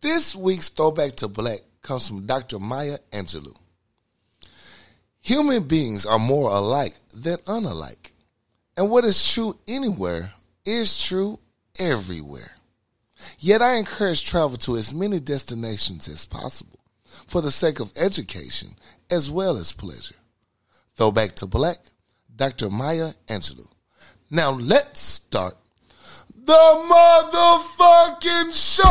This week's Throwback to Black comes from Dr. Maya Angelou. Human beings are more alike than unalike. And what is true anywhere is true everywhere. Yet I encourage travel to as many destinations as possible for the sake of education as well as pleasure. Throwback to Black, Dr. Maya Angelou. Now let's start the motherfucking show!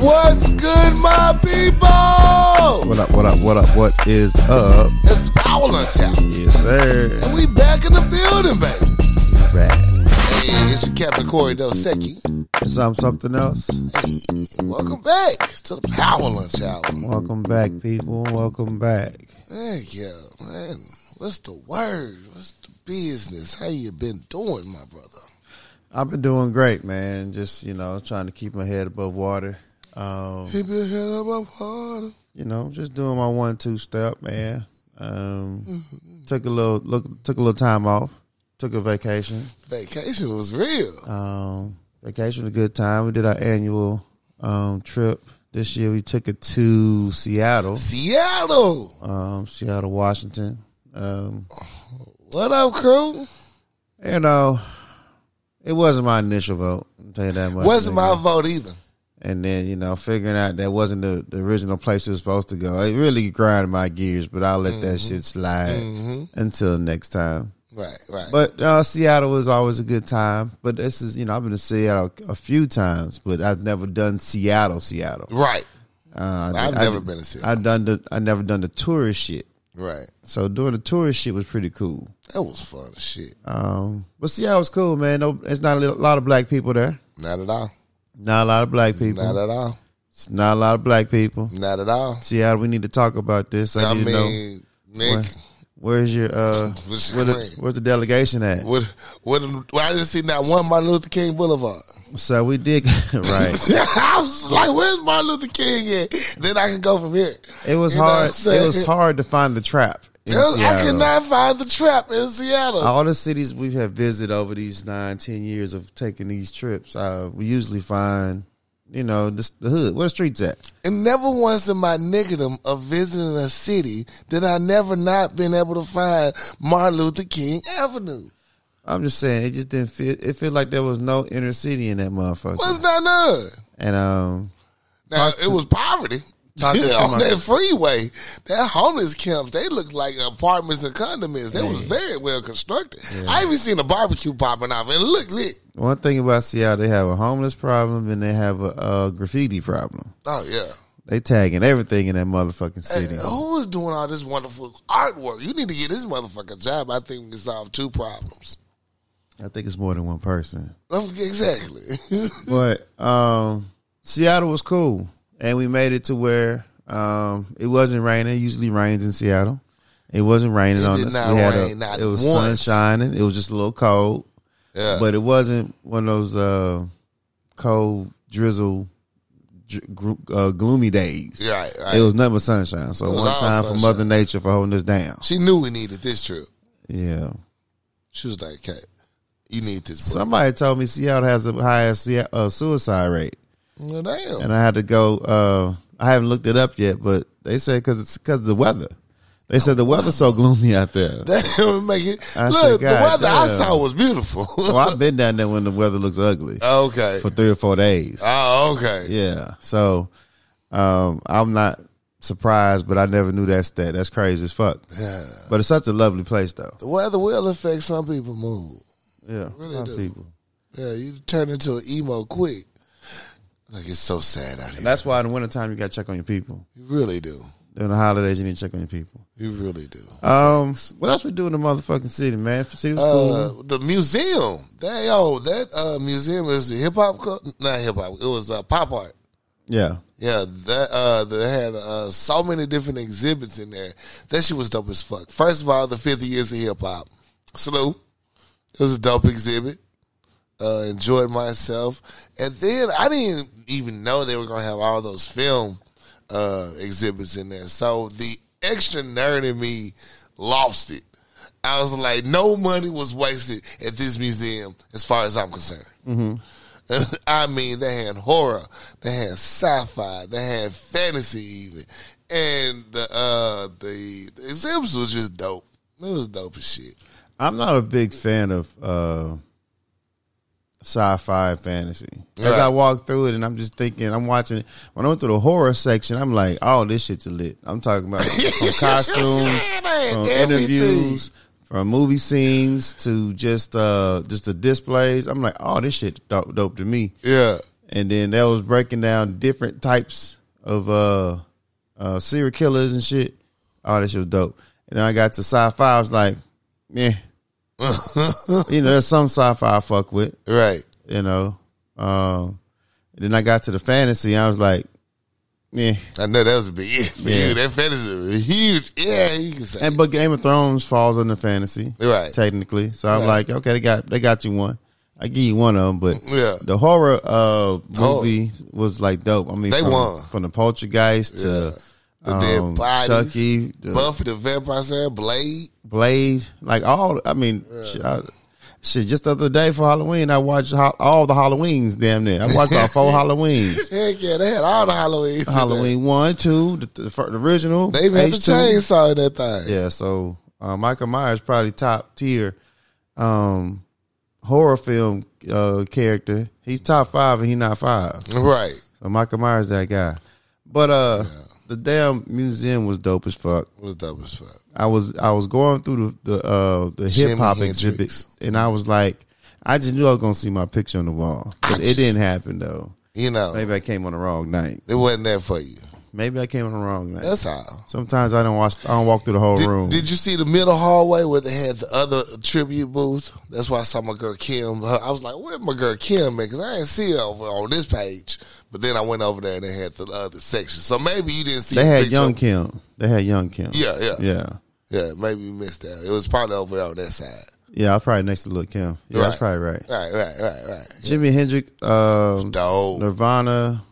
What's good, my people? What up, what up, what up, what is up? It's the Power Lunch Hour, Yes, sir. and we back in the building, baby. Right. Hey, it's your Captain Corey Dosecki. Some something else. Hey, welcome back to the Power Lunch Hour. Welcome back, people. Welcome back. Hey, yeah, man. What's the word? What's the business? How you been doing, my brother? I've been doing great, man. Just, you know, trying to keep my head above water. Um, Keep your head up, up harder. you know, just doing my one two step, man. Um, took a little look took a little time off. Took a vacation. Vacation was real. Um, vacation was a good time. We did our annual um trip. This year we took it to Seattle. Seattle. Um, Seattle, Washington. Um What up, crew? You know, it wasn't my initial vote. I'll tell you that much. Wasn't my vote either. And then you know, figuring out that wasn't the, the original place it was supposed to go. It really grinded my gears, but I'll let that Mm-hmm. shit slide until next time. Right, right. But uh, Seattle was always a good time. But this is you know, I've been to Seattle a few times, but I've never done Seattle, Seattle. right. Uh, I've I- never been to Seattle. I done the I never done the tourist shit. right. So doing the tourist shit was pretty cool. That was fun as shit. Um, but Seattle was cool, man. No, it's not a li- lot of black people there. Not at all. Not a lot of black people. Not at all. it's not a lot of black people. Not at all. Seattle, we need to talk about this. I, I need to know mean, Nick, where- where's your uh, What's where your the, claim? where's the delegation at? what, what, why didn't see not one Martin Luther King Boulevard? So we did right. I was like, "Where's Martin Luther King at?" Then I can go from here. It was You know what I'm hard. saying? It was hard to find the trap. In It was- I Seattle. Oh. could not find the trap in Seattle. All the cities we have visited over these nine, ten years of taking these trips, uh, we usually find, you know, this, the hood. Where the streets at? And never once in my niggerdom of visiting a city did I never not been able to find Martin Luther King Avenue. I'm just saying, it just didn't feel. It felt like there was no inner city in that motherfucker. Was not none. And um, Now it was poverty. Talk to Yeah, on somebody. that freeway, that homeless camps, they looked like apartments and condominiums. They was very well constructed. I even seen a barbecue popping off and it looked lit. one thing about Seattle, they have a homeless problem and they have a, uh graffiti problem. Oh yeah. They tagging everything in that motherfucking city. Who is doing all this wonderful artwork? You need to get this motherfucker a job. I think we can solve two problems. I think it's more than one person. Exactly. But um, Seattle was cool, and we made it to where um, it wasn't raining. It usually rains in Seattle. It wasn't raining It on did us. not We had a- rain, not it was once. sun shining. It was just a little cold, yeah. but it wasn't one of those uh, cold drizzle, dr- gro- uh, gloomy days. Yeah, right, right. It was nothing but sunshine. So was one all time sunshine. for Mother Nature for holding us down. she knew we needed this trip. Yeah. She was like, "Cat, you need this." book." Somebody told me Seattle has the highest sea- uh, suicide rate, Well, damn. and I had to go. Uh, I haven't looked it up yet, but they said because it's because the weather. They said the weather's so gloomy out there. that would make it. I Look, said, the "God weather I damn." saw was beautiful. Well, I've been down there when the weather looks ugly okay. for three or four days. Oh, okay. Yeah, so um, I'm not surprised, but I never knew that stat. That's crazy as fuck. Yeah. But it's such a lovely place, though. The weather will affect some people mood. Yeah, Really a lot of do. people. Yeah, you turn into an emo quick. Like it's so sad out here. That's why in the wintertime you got to check on your people. you really do. During the holidays, you need to check on your people. You really do. Um, what else we do in the motherfucking city, man? City was Uh, cool. the museum. That yo, that uh, museum is the hip hop. Co- not hip hop. It was uh, pop art. Yeah, Yeah, that uh, they had uh, so many different exhibits in there. That shit was dope as fuck. First of all, the 50 years of hip hop. Sloop. It was a dope exhibit. Uh, enjoyed myself, and then I didn't even know they were gonna have all those film uh, exhibits in there. So the extra nerd in me lost it. I was like, no money was wasted at this museum, as far as I'm concerned. I mean, they had horror, they had sci-fi, they had fantasy even, and the uh, the, the exhibits was just dope. It was dope as shit. I'm not a big fan of uh, sci-fi and fantasy. As Right. I walk through it, and I'm just thinking, I'm watching it. When I went through the horror section, I'm like, "Oh, this shit's lit." I'm talking about from costumes, They had from everything. interviews, from movie scenes to just uh, just the displays. I'm like, "Oh, this shit dope, dope to me." Yeah, and then that was breaking down different types of uh, uh, serial killers and shit. Oh, that shit was dope. And then I got to sci-fi. I was like, yeah, you know, there's some sci-fi I fuck with, right. you know. Um, and then I got to the fantasy. I was like, yeah. I know that was a big it for Yeah. you. That fantasy was huge. Yeah, you can say And but Game of Thrones falls under fantasy, right. technically. So I'm like, okay, they got they got you one. I give you one of them, but Yeah, The horror uh movie was like dope. I mean, Oh. They from, won. from the Poltergeist Yeah. to The dead um, bodies. Chucky, the Buffy the Vampire Slayer, Blade. Blade, like all. I mean, shit, I- shit. Just the other day for Halloween, I watched ho- all the Halloweens. Damn near, I watched all four Halloweens. Heck yeah, they had all the Halloween. Halloween one, two, the, the, fir- the original. They even had the H two. chainsaw in that thing. Yeah, so uh, Michael Myers probably top tier um horror film uh character. He's top five and he not five. Right. So Michael Myers that guy. But uh the damn museum was dope as fuck. It was dope as fuck. I was I was going through the the uh the Jimi hip hop Hendrix. exhibits and I was like I just knew I was gonna see my picture on the wall. But it didn't happen though. You know, Maybe I came on the wrong night. it wasn't there for you. Maybe I came on the wrong night. That's all. Sometimes I don't watch I don't walk through the whole room. Did, did you see the middle hallway where they had the other tribute booth? That's why I saw my girl Kim. Her- I was like, "Where my girl Kim?" Because I didn't see her over on this page. But then I went over there and they had the other section. So maybe you didn't see. they the had picture. young Kim. They had young Kim. Yeah, yeah, yeah, Yeah. Maybe you missed that. It was probably over there on that side. Yeah, I was probably next to Lil Kim. Yeah, that's Right. probably right. Right, right, right, right. Jimi Hendrix, um, Dope. Nirvana,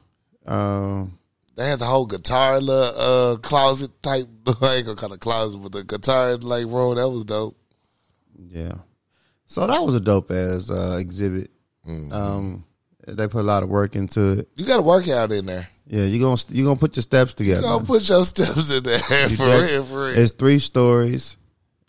um, They had the whole guitar little, uh, closet type. I ain't gonna call it closet, but the guitar like room that was dope. Yeah. So that was a dope ass uh, exhibit. Mm-hmm. Um, they put a lot of work into it. You got to work out in there. Yeah, you're gonna you gonna put your steps together. Go put your steps in there for That's- real, for real. It's three stories.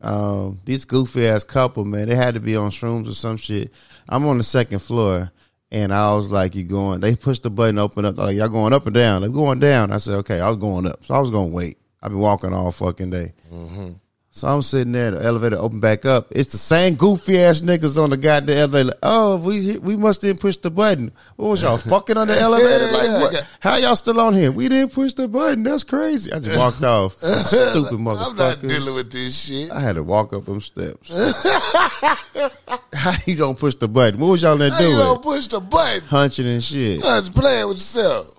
Um, these goofy ass couple, man, they had to be on shrooms or some shit. I'm on the second floor, and I was like, "You going?" They pushed the button, open up. Like y'all going up or down? They going down. I said, "Okay, I was going up," so I was gonna wait. I've been walking all fucking day. Mm-hmm. So I'm sitting there, the elevator open back up. It's the same goofy ass niggas on the goddamn elevator. Like, oh, we we must didn't push the button. What was y'all fucking on the elevator? Like, what? how y'all still on here? We didn't push the button. That's crazy. I just walked off. Stupid I'm not motherfucker. dealing with this shit. I had to walk up them steps. how you don't push the button? What was y'all there How you doing? don't push the button? Hunching and shit. You're just playing with yourselves.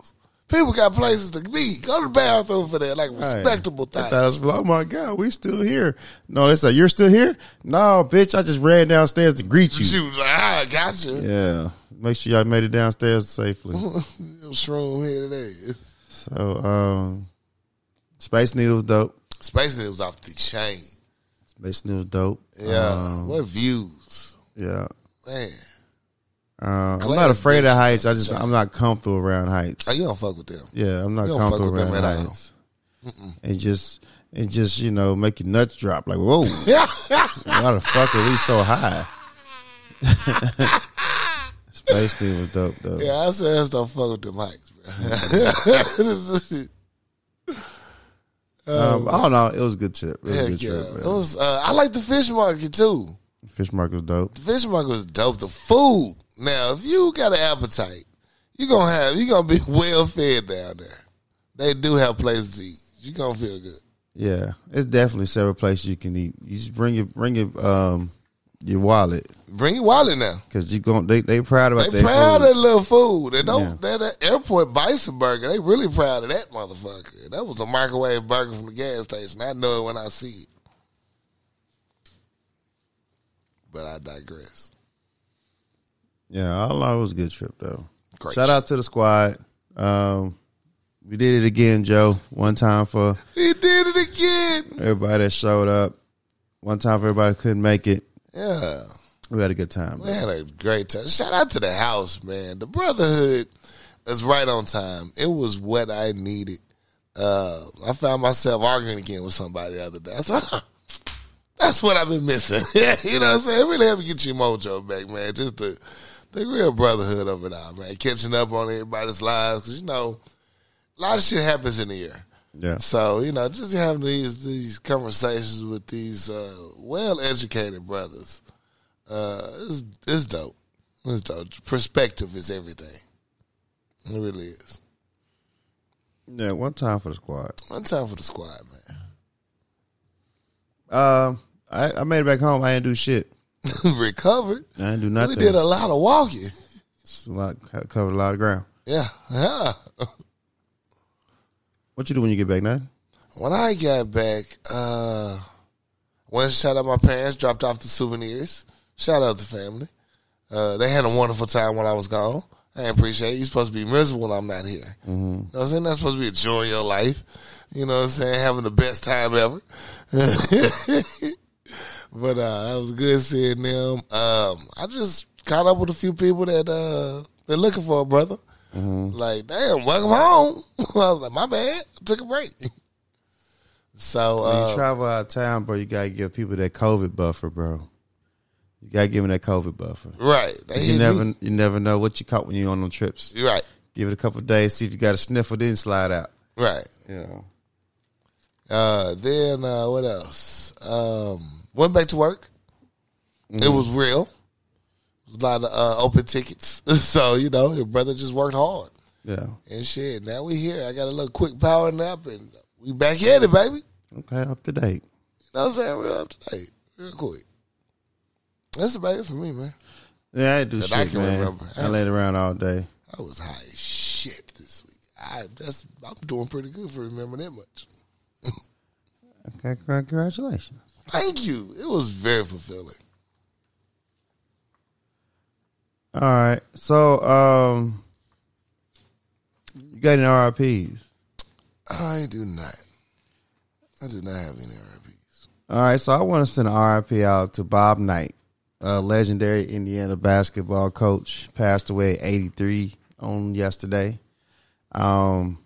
People got places to be. Go to the bathroom for that, like Right. respectable I things. thought I was, oh my God, we still here. No, they said, you're still here? No, bitch, I just ran downstairs to greet you. You like, ah, gotcha. Yeah. Make sure y'all made it downstairs safely. Shroom here today. So, um, Space Needle's dope. Space Needle's off the chain. Space Needle's dope. Yeah. Um, what views? yeah. Man. Uh, I'm not Class afraid bitch. of heights. I just I'm not comfortable around heights. Oh, you don't fuck with them. Yeah, I'm not You don't fuck comfortable with them around at all. heights. And just and just you know make your nuts drop like whoa, why the fuck are we so high? Space Needle was dope though. Yeah, I'm saying just don't fuck with the mics, bro. Um, I don't know. It was a good trip. It was a Heck good yeah. trip. It Man. was, uh, I like the fish market too. Fish market was dope. The fish market was dope. The food. Now, if you got an appetite, you're gonna have you're gonna be well fed down there. They do have places to eat. You're gonna feel good. Yeah, it's definitely several places you can eat. You just bring your bring your um your wallet Bring your wallet now. because you going they they proud about They their proud food. of little food. They don't that, that airport bison burger. They really proud of that motherfucker. That was a microwave burger from the gas station. I know it when I see it. But I digress. yeah, all in all, it was a good trip though. Great Shout out to the squad. Um, We did it again, Joe. One time for He did it again. everybody that showed up. One time for everybody that couldn't make it. Yeah. We had a good time. We had a great time. Shout out to the house, man. The brotherhood is right on time. It was what I needed. Uh, I found myself arguing again with somebody the other day. I said, that's what I've been missing. you know what I'm saying? It really helped me get your mojo back, man. Just the, the real brotherhood of it all, man. Catching up on everybody's lives. Because, you know, a lot of shit happens in the year. Yeah. So you know, just having these these conversations with these uh, well educated brothers, uh, it's, it's dope. It's dope. Perspective is everything. It really is. Yeah, one time for the squad. One time for the squad, man. Um, I, I made it back home. I didn't do shit. Recovered. I didn't do We nothing. did uh, a lot of walking. It's a lot, co- covered a lot of ground. Yeah, yeah. What you do when you get back, now? When I got back, uh, went and shout out my parents. Dropped off the souvenirs. Shout out the family. Uh, they had a wonderful time when I was gone. I appreciate it. You're supposed to be miserable when I'm not here. Mm-hmm. You know what I'm saying? That's supposed to be enjoying your life. You know what I'm saying? Having the best time ever. but uh, it was good seeing them. Um, I just caught up with a few people that uh, been looking for a brother. Mm-hmm. Like, damn, welcome home. I was like, my bad. I took a break. So, When uh, you travel out of town, bro, you gotta give people that COVID buffer, bro. You gotta give them that COVID buffer. right. They You hit never, me. you never know what you caught when you're on them trips. Right, Give it a couple of days, see if you got a sniffle, then slide out. right. Yeah. Uh, then uh, what else? Um, went back to work. It was real. It was a lot of uh, open tickets, so you know your brother just worked hard Yeah. and shit. Now we here. I got a little quick power nap, and we back at it, baby. Okay, up to date. You know what I'm saying? We're up to date, real quick. That's about it for me, man. Yeah, I do That shit, I can man. remember. I laid around all day. I was high as shit this week. I that's I'm doing pretty good for remembering that much. Okay, congratulations. Thank you. It was very fulfilling. All right. So, um, you got any RIPS? I do not. I do not have any RIPs. All right, so I want to send an RIP out to Bob Knight, a legendary Indiana basketball coach, passed away at 83 on yesterday. Um,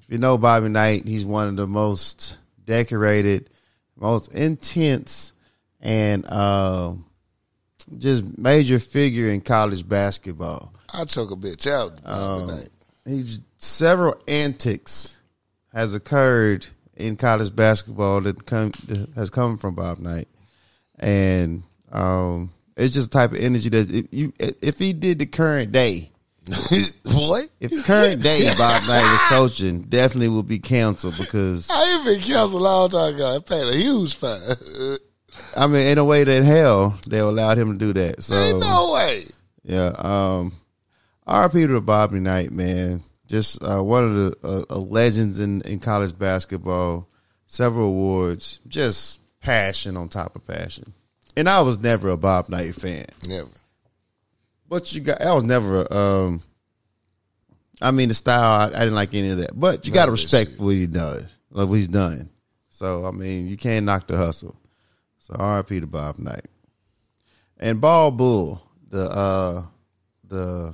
if you know Bobby Knight, he's one of the most decorated, most intense, and um just major figure in college basketball. I choke a bitch out Bobby Knight. He's, several antics has occurred in college basketball that come that has come from Bob Knight, and um, it's just the type of energy that if you if he did the current day, Boy, if current day Bob Knight was coaching, definitely would be canceled because I ain't been canceled a long time ago. I paid a huge fine. I mean, in a way that hell they allowed him to do that. So ain't no way. Yeah. Um, RP to Bobby Knight, man. Just uh, one of the uh, uh, legends in, in college basketball. Several awards. Just passion on top of passion. And I was never a Bob Knight fan, Never. but you got. I was never. a, Um, I mean, the style. I, I didn't like any of that. But you got to of that respect what he does, like what he's done. So I mean, you can't knock the hustle. So R.I.P. to Bob Knight and Ball Bull, the uh, the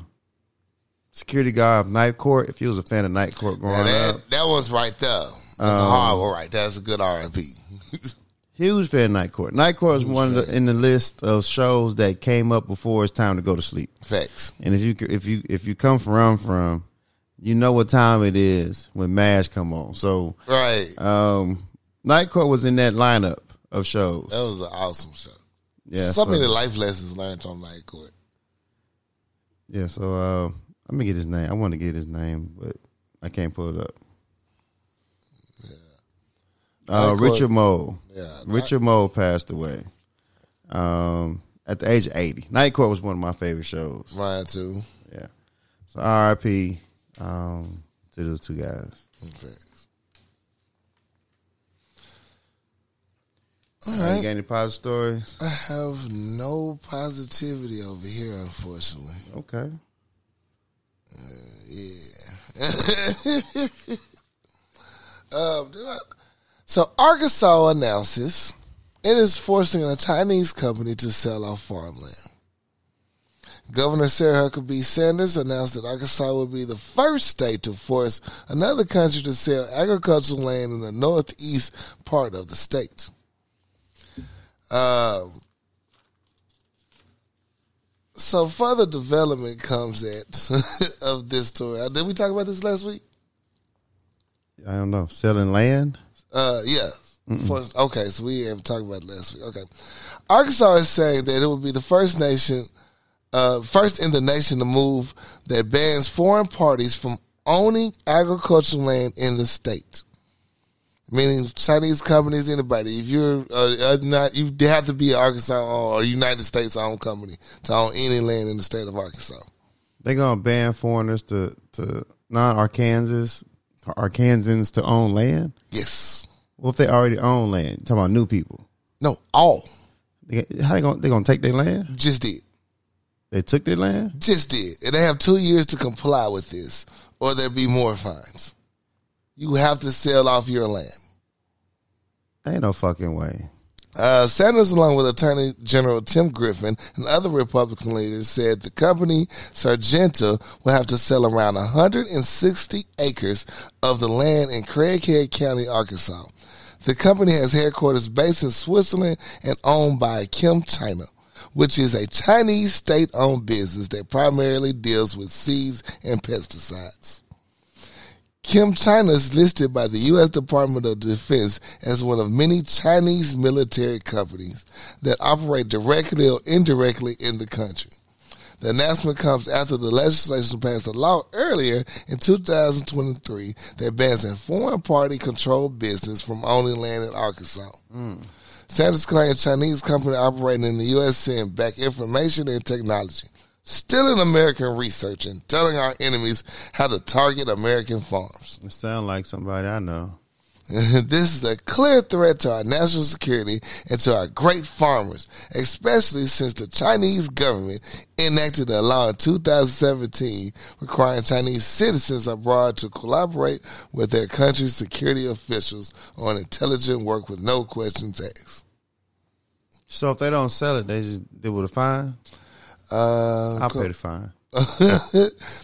security guard of Night Court. If you was a fan of Night Court Now growing up, that, that one's right there. That's a hard one right there. That's a good RIP. huge fan of Night Court. Night Court is one of the, in the list of shows that came up before it's time to go to sleep. Facts. And if you if you if you come from where I'm from, you know what time it is when Mash come on. So Right. um, Night Court was in that lineup of shows. that was an awesome show. Yeah, so, so, many life lessons learned on Night Court. yeah. So uh, I'm gonna get his name. I want to get his name, but I can't pull it up. Uh, Night Court- Richard Mole. Yeah. Richard Mole passed away um, at the age of 80. Night Court was one of my favorite shows. Mine too. Yeah. So RIP um, to those two guys. Facts. Uh, you got any positive stories? I have no positivity over here, unfortunately. Okay. Yeah. Um, do I- so Arkansas announces it is forcing a Chinese company to sell off farmland. Governor Sarah Huckabee Sanders announced that Arkansas would be the first state to force another country to sell agricultural land in the northeast part of the state. Um, so further development comes at of this story. Uh, Did we talk about this last week? I don't know. Selling land? Uh, yeah. For- okay, so we have talked about it last week. Okay, Arkansas is saying that it will be the first nation, uh, first in the nation to move that bans foreign parties from owning agricultural land in the state. Meaning Chinese companies, anybody. If you're uh, uh, not, you have to be an Arkansas owned or United States owned company to own any land in the state of Arkansas. They're gonna ban foreigners to to non Arkansans Arkansans to own land? Yes. Well if they already own land, you talking about new people. No. All They, how they gonna they gonna take their land? just did. They took their land? just did. And they have two years to comply with this, or there'll be more fines. You have to sell off your land. Ain't no fucking way. Uh, Sanders, along with Attorney General Tim Griffin and other Republican leaders, said the company Sargento will have to sell around 160 acres of the land in Craighead County, Arkansas. The company has headquarters based in Switzerland and owned by Kim China, which is a Chinese state-owned business that primarily deals with seeds and pesticides. Kim China is listed by the U.S. Department of Defense as one of many Chinese military companies that operate directly or indirectly in the country. The announcement comes after the legislation passed a law earlier in 2023 that bans a foreign party controlled business from owning land in Arkansas. Sanders claimed Chinese company operating in the U.S. send back information and technology, stealing American research and telling our enemies how to target American farms. It sound like somebody I know. this is a clear threat to our national security and to our great farmers, especially since the Chinese government enacted a law in 2017 requiring Chinese citizens abroad to collaborate with their country's security officials on intelligent work with no questions asked. So if they don't sell it, they just they with a fine. Uh, I'll pay the fine.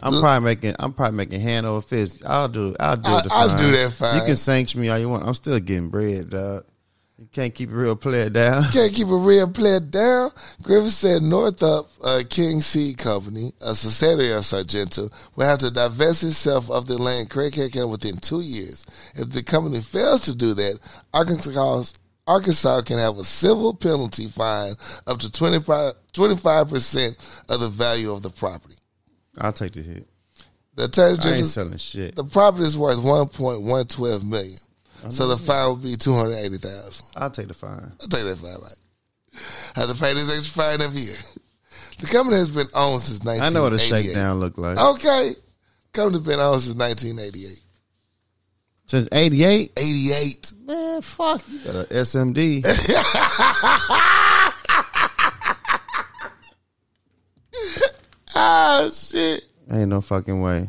I'm probably making I'm probably making hand over fist. I'll do I'll do I- the I'll fine. do that fine. You can sanction me all you want. I'm still getting bread, dog. You can't keep a real player down. Can't keep a real player down. Griffin said Northup uh, King Seed Company, a subsidiary of Sargento, will have to divest itself of the land Craighead County within two years. If the company fails to do that, Arkansas, Arkansas can have a civil penalty fine up to 25, 25% of the value of the property. I'll take the hit. The attorney I ain't general selling shit. the property is worth 1.112 million. So the Oh, fine would be 280,000. I'll take the fine. I'll take that fine back. Have to pay this extra fine every year. The company has been owned since 1988. I know what a shakedown look Oh. like. Okay. Company been owned since 1988. Since '88, 88. man, fuck. You got a SMD. Ah, shit. ain't no fucking way.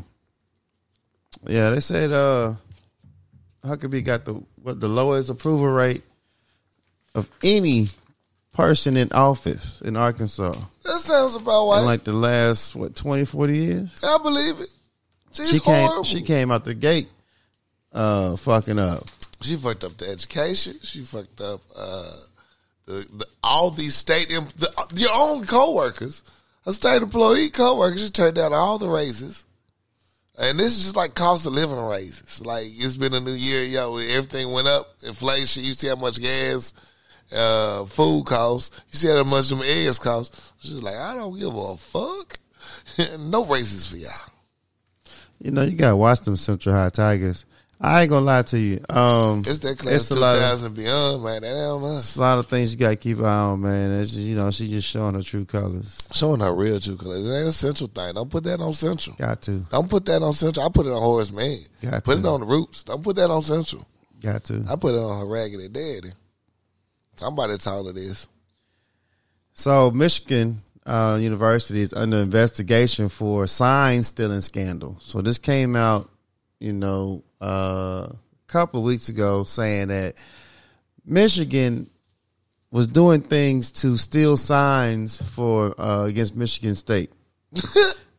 Yeah, they said uh, Huckabee got the what the lowest approval rate of any person in office in Arkansas That sounds about right. in like the last what 20, 40 years. I believe it. She's She horrible. came, She, she came out the gate, uh, fucking up. fucked up the education. She fucked up uh, the, the all these state, em- the, your own coworkers, a state employee coworkers. She turned down all the raises. And this is just like cost of living raises. Like it's been a new year, yo. Everything went up, inflation. You see how much gas, uh, food costs. You see how much them eggs cost. She's like, I don't give a fuck. no raises for y'all. You know, you gotta watch them Central High Tigers. I ain't gonna lie to you. Um, It's that class It's a two lot of- thousand beyond, man. That ain't us. it's a lot of things you gotta keep an eye on, man. It's just, you know, she just showing her true colors. Showing her real true colors. It ain't a central thing. Don't put that on central. Got to, Don't put that on central. I put it on Horace Mann. Got put it to. on the roots. Don't put that on central. got to. I put it on her raggedy daddy. Somebody taller this. So Michigan uh, University is under investigation for sign stealing scandal. So this came out you know, uh, a couple of weeks ago saying that Michigan was doing things to steal signs for uh, against Michigan State.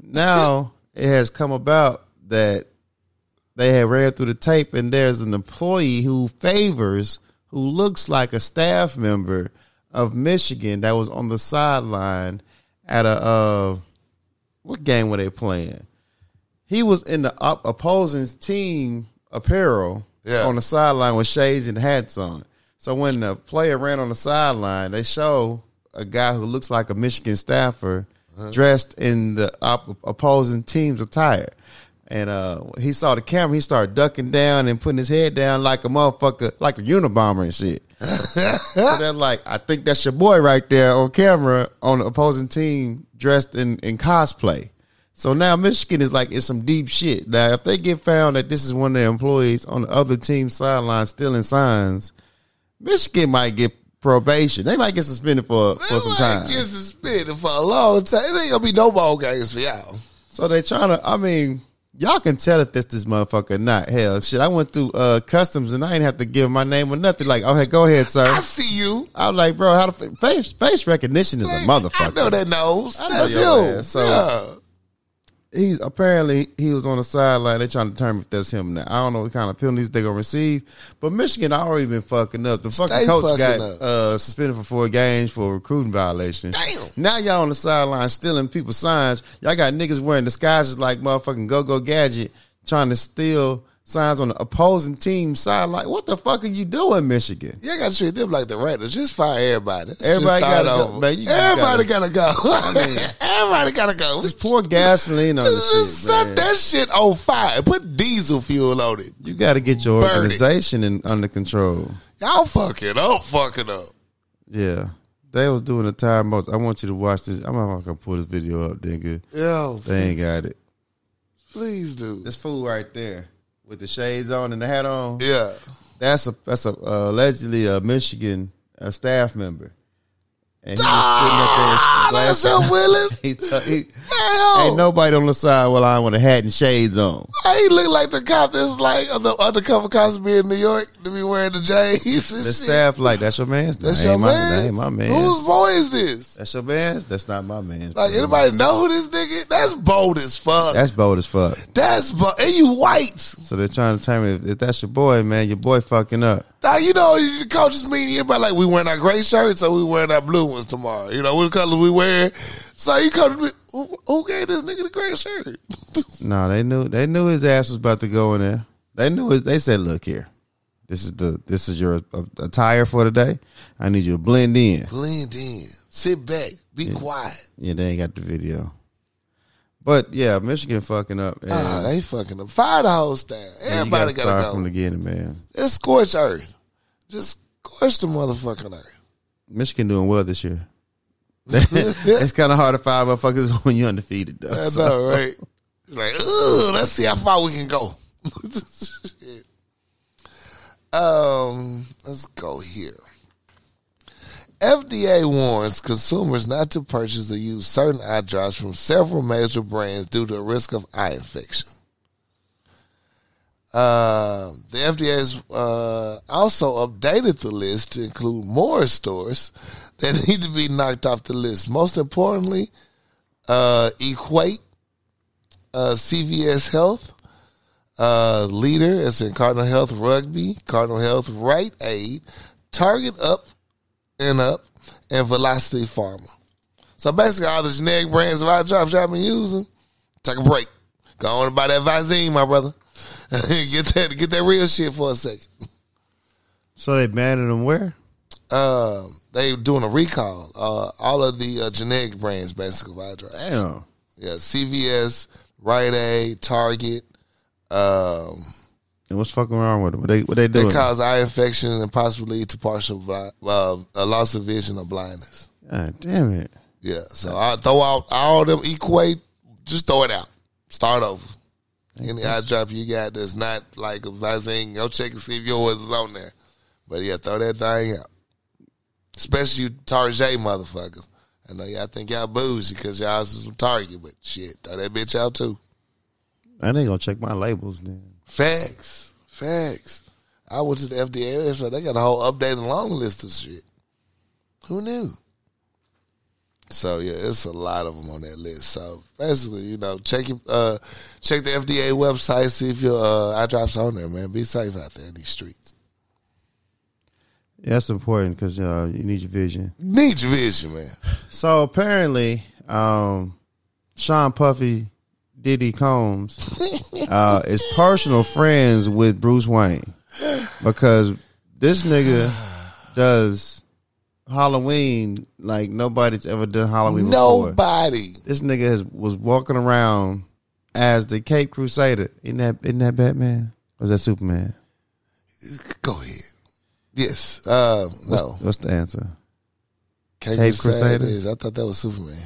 now it has come about that they had read through the tape, and there's an employee who favors, who looks like a staff member of Michigan that was on the sideline at a uh, what game were they playing? He was in the op- opposing team apparel Yeah. on the sideline with shades and hats on. So when the player ran on the sideline, they show a guy who looks like a Michigan staffer dressed in the op- opposing team's attire. And uh, he saw the camera. He started ducking down and putting his head down like a motherfucker, like a Unabomber and shit. so they're like, I think that's your boy right there on camera on the opposing team dressed in, in cosplay. So now Michigan is like in some deep shit. Now, if they get found that this is one of their employees on the other team's sideline stealing signs, Michigan might get probation. They might get suspended for, for some time. Get suspended for a long time. It ain't gonna be no ball games for y'all. So they trying to. I mean, y'all can tell if this this motherfucker or not. Hell, shit. I went through uh, customs and I ain't have to give my name or nothing. Like, okay, go ahead, sir. I see you. I was like, bro, how the f- face face recognition is a Like, I motherfucker. know that nose. I know That's your you. ass, so- Yeah. He's apparently he was on the sideline. They trying to determine if that's him now. I don't know what kind of penalties they gonna receive. But Michigan already been fucking up. The fucking Stay coach fucking got up. uh, suspended for four games for recruiting violations. Damn. Now y'all on the sideline stealing people's signs. Y'all got niggas wearing disguises like motherfucking Go Go Gadget trying to steal signs on the opposing team sideline. What the fuck are you doing, Michigan? Y'all gotta treat them like the Raiders. Just fire everybody. Let's Everybody just start gotta go. over. Man, you just everybody gotta, go. everybody gotta go. Just pour gasoline on Just this shit, set man. that shit on fire. Put diesel fuel on it. You got to get your Burn it. organization in, under control. Y'all fucking up, fucking up. Yeah. They was doing the time most. I want you to watch this. I'm not gonna pull this video up, nigga. Yo, They ain't got it. please do. This fool right there with the shades on and the hat on. Yeah. That's a that's a uh, allegedly a Michigan a staff member, and he Ah, was that's sitting him, up there Willis. oh, with his glasses. He, t- he, Hell, ain't nobody on the side while I'm with a hat and shades on. Hey, he look like the cop that's like on the undercover cops be in New York to be wearing the J's and The shit. staff like that's your man's. That's That your ain't my, that man. ain't my man. Whose boy is this? that's your man's. That's not my man's. Like bro. anybody know who this nigga? is? That's bold as fuck. That's bold as fuck. That's bold. And you white. So they're trying to tell me if, if that's your boy, man, your boy fucking up. Now you know the coaches meeting everybody like we wearing our gray shirts or we wearing our blue ones tomorrow. You know what color we wearing. So you come to me, who, who gave this nigga the gray shirt? No, they knew they knew his ass was about to go in there. They knew his, they said, "Look here, this is the this is your uh, attire for today. I need you to blend in." Blend in. Sit back. Be quiet. Yeah, they ain't got the video, but yeah, Michigan fucking up. And Ah, they fucking up. Fire the whole staff. man, you Everybody gotta, start go. from the beginning, man. Let's scorch earth. Just scorch the motherfucking earth. Michigan doing well this year. it's kind of hard to find motherfuckers when you're undefeated, though. I So, know, right? Like, ugh, let's see how far we can go. Shit. Um, let's go here. FDA warns consumers not to purchase or use certain eye drops from several major brands due to the risk of eye infection. Uh, the FDA has uh, also updated the list to include more stores that need to be knocked off the list. Most importantly, uh, Equate, uh, CVS Health, uh, Leader, as in Cardinal Health Rugby, Cardinal Health Right Aid, Target Up and Up, and Velocity Pharma. So basically, all the generic brands of eye drops y'all been using, take a break. Go on and buy that Visine, my brother. get that get that real shit for a second. so they banned them where? Um, they doing a recall. Uh, all of the uh, generic brands, basically, of eye drops. Damn, Yeah, CVS, Rite Aid, Target. Um, and what's fucking wrong with them? What they what they they doing? cause eye infection and possibly lead to partial bli- uh, a loss of vision or blindness. God damn it. Yeah, so I throw out all them equate. Just throw it out. Start over. Any eye drop you got that's not like a Visine, go check and see if yours is on there. But yeah, throw that thing out. Especially you Target motherfuckers. I know y'all think y'all bougie because y'all is some Target, but shit, throw that bitch out too. I ain't gonna check my labels then. Facts. Facts. I went to the FDA website. They got a whole updated long list of shit. Who knew? So yeah, it's a lot of them on that list. So basically, you know, check your, uh, check the FDA website, see if your uh, eye drops on there, man. Be safe out there in these streets. Yeah, that's important because uh, you need your vision. Need your vision, man. So apparently, um, Sean Puffy Diddy Combs uh, is personal friends with Bruce Wayne because this nigga does Halloween like nobody's ever done Halloween before. Nobody. This nigga has, was walking around as the Cape Crusader. Isn't that, isn't that Batman? Or is that Superman? Go ahead. Yes. Uh, no. What's the answer? Cape Cape Crusader. Crusader? is- I thought that was Superman.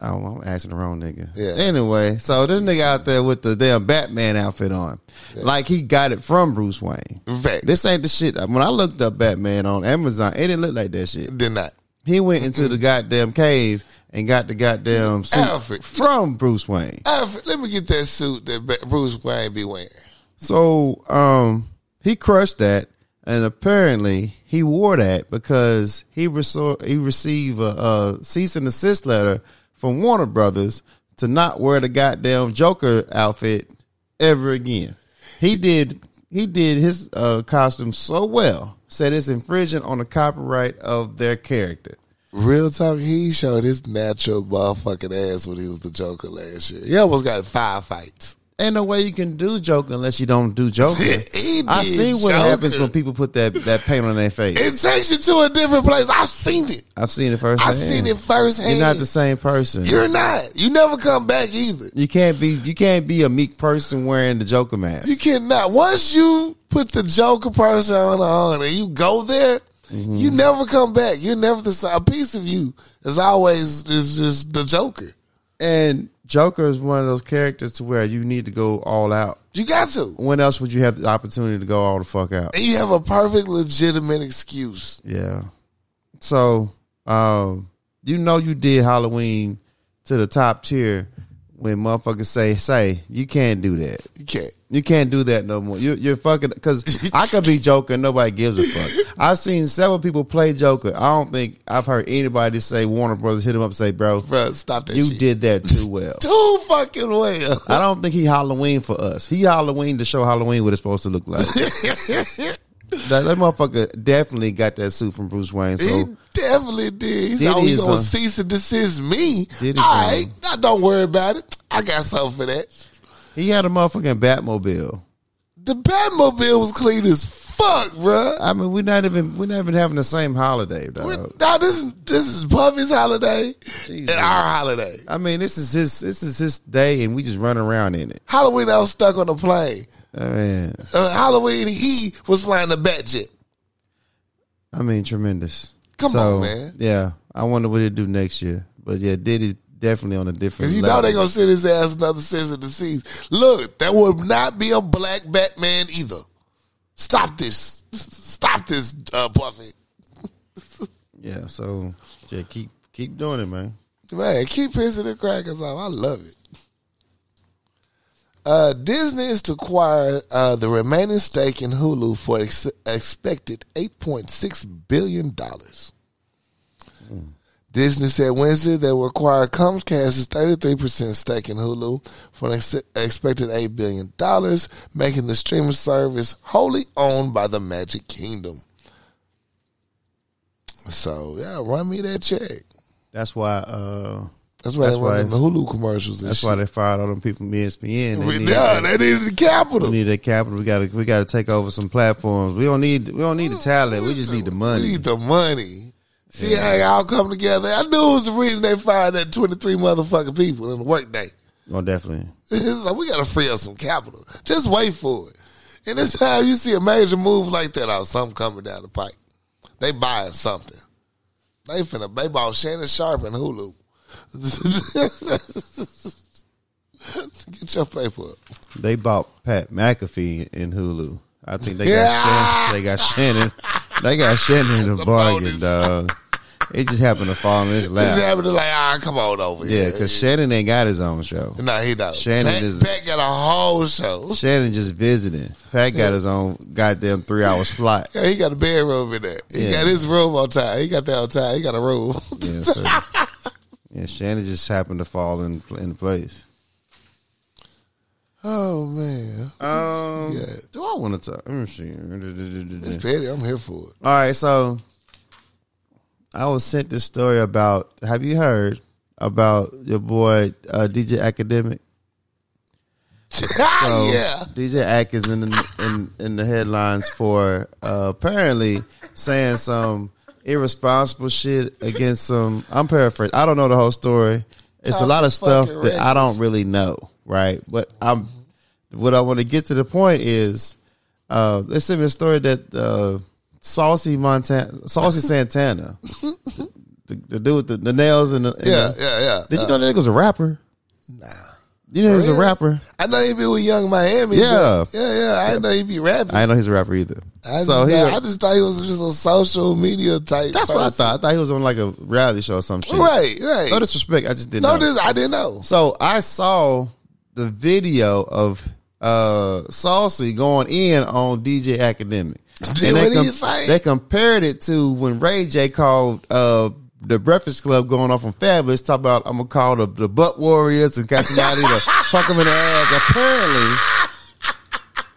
Oh, I'm asking the wrong nigga. Yeah. Anyway, so this nigga out there with the damn Batman outfit on, like he got it from Bruce Wayne. Facts. This ain't the shit. When I looked up Batman on Amazon, it didn't look like that shit. did not. He went into the goddamn cave and got the goddamn suit Outfit. from Bruce Wayne. Alfred, let me get that suit that Ba- Bruce Wayne be wearing. So um, he crushed that, and apparently he wore that because he reso- he received a, a cease and desist letter from Warner Brothers to not wear the goddamn Joker outfit ever again. He did he did his uh, costume so well, said it's infringing on the copyright of their character. Real talk, he showed his natural motherfucking ass when he was the Joker last year. He almost got in five fights. Ain't no way you can do Joker unless you don't do Joker. He I did see what Joker. happens when people put that, that paint on their face. It takes you to a different place. I've seen it. I've seen it first. I've seen it firsthand. You're not the same person. You're- You're not. You never come back either. you can not be. You can't be a meek person wearing the Joker mask. You cannot. Once you put the Joker person on on and you go there, Mm-hmm. you never come back. You're never the same. A piece of you is always is just the Joker. And Joker is one of those characters to where you need to go all out. You got to. When else would you have the opportunity to go all the fuck out? And you have a perfect, legitimate excuse. Yeah. So, um, you know, you did Halloween to the top tier when motherfuckers say, "Say you can't do that." You can't. You can't do that no more. You're, you're fucking because I could be Joker. and Nobody gives a fuck. I've seen several people play Joker. I don't think I've heard anybody say Warner Brothers hit him up and say, "Bro, Bro, stop that you shit. did that too well." Too fucking well. I don't think he Halloween for us. He Halloween to show Halloween what it's supposed to look like. that, that motherfucker definitely got that suit from Bruce Wayne. He So definitely did. He's Diddy oh, you is gonna a- cease and desist me. All Diddy's right, now don't worry about it. I got something for that. he had a motherfucking Batmobile. The Batmobile was clean as fuck, bruh. I mean, we're not even we're not even having the same holiday, dog. We- Now this is this is Puffy's holiday Jesus. and our holiday. I mean, this is his this is his day, and we just run around in it. Halloween, I was stuck on a plane. I mean, Uh, Halloween, he was flying the Batjet. I mean, tremendous. Come So, on, man. Yeah, I wonder what he'll do next year. But yeah, Diddy's definitely on a different. Cause you know level. they gonna send his ass another season of the seas. Look, that would not be a black Batman either. Stop this! Stop this, uh, Puffy. Yeah, so yeah, keep keep doing it, man. Man, keep pissing the crackers off. I love it. Uh, Disney is to acquire uh, the remaining stake in Hulu for ex- expected $8.6 billion. Disney said Wednesday they will acquire Comcast's 33% stake in Hulu for an ex- expected $8 billion, making the streaming service wholly owned by the Magic Kingdom. So, yeah, run me that check. That's why. uh That's why That's they run why- them Hulu commercials. And That's shit. why they fired all them people from E ESPN. They We- need, yeah, they needed the capital. we need that capital. We got to we got to take over some platforms. We don't need we don't need the talent. We just need the We money. need the money. See how it all come together. I knew it was the reason they fired that twenty three motherfucking people in the workday. Oh, definitely. It's like we gotta free up some capital. Just wait for it. And this time you see a major move like that, oh, something coming down the pipe. They buying something. They finna they bought Shannon Sharp and Hulu. Get your paper up. They bought Pat McAfee in Hulu. I think they got Yeah. Shannon. They got Shannon. They got Shannon in the bargain, bonus. dog. It just happened to fall in his Just lap. happened to like, ah, come on over Yeah, here. because Shannon ain't got his own show. no, he don't. Shannon Pat, is- Pat got a whole show. Shannon just visiting. Pat got his own goddamn three hour slot. Yeah, he got a bedroom in there. He Yeah. got his room on time. He got that on time. He got a room. Yeah, so, yeah, Shannon just happened to fall in in place. oh man, Um, Yeah. do I want to talk? Let me see. it's petty. I'm here for it. All right, so I was sent this story about. Have you heard about your boy uh, DJ Academic? So, yeah, DJ Oh, Ack is in the, in in the headlines for uh, apparently saying some irresponsible shit against some. I'm paraphrasing. I don't know the whole story. It's a Top lot of stuff fucking that I don't really know, right? But I'm what I want to get to the point is uh, they sent me a story that uh, Saucy Montana, Saucy Santana, the, the dude with the, the nails and the, and yeah, the- yeah, yeah. did you know that nigga was a rapper? Nah. You know he was a real? rapper. I know he be with Young Miami. Yeah. but- yeah, yeah. I know he be rapping. I didn't know he's a rapper either. I, so just, he, I just thought he was just a social media type. That's what I person. thought. I thought he was on like a reality show or some shit. Right, right. No disrespect. I just didn't no, know. this I didn't know. so I saw the video of uh Saucy going in on DJ Academic. Did what he say? they compared it to when Ray J called uh the Breakfast Club going off on Fabulous, talking about I'm gonna call the, the butt warriors and got somebody to fuck them in the ass. Apparently,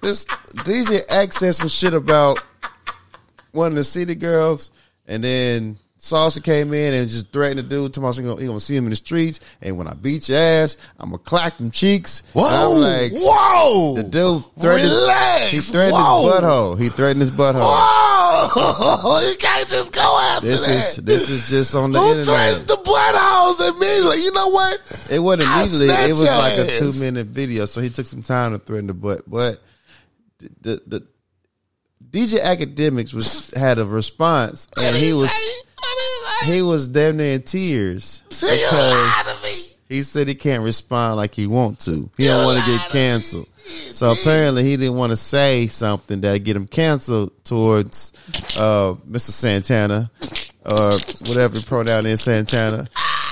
this DJ X said some shit about one of the city girls, and then Salsa came in and just threatened the dude. Tomorrow you gonna, you gonna see him in the streets, and when I beat your ass, I'm gonna clack them cheeks. And Whoa, I'm like whoa. the dude threatened. Relax. He threatened whoa. his butthole. He threatened his butthole. Whoa, you can't just go after This that. is this is just on the Who threatens internet. the buttholes immediately? You know what? It wasn't I immediately. snatch It was your like ass. a two minute video, so he took some time to threaten the butt. But the, the, the DJ Academics was had a response, and he was What is he was damn near in tears that? You lied because to me. he said he can't respond like he want to. He You don't want to lied get to me. canceled. So apparently he didn't want to say something that get him canceled towards uh, Mr. Santana or whatever pronoun is Santana,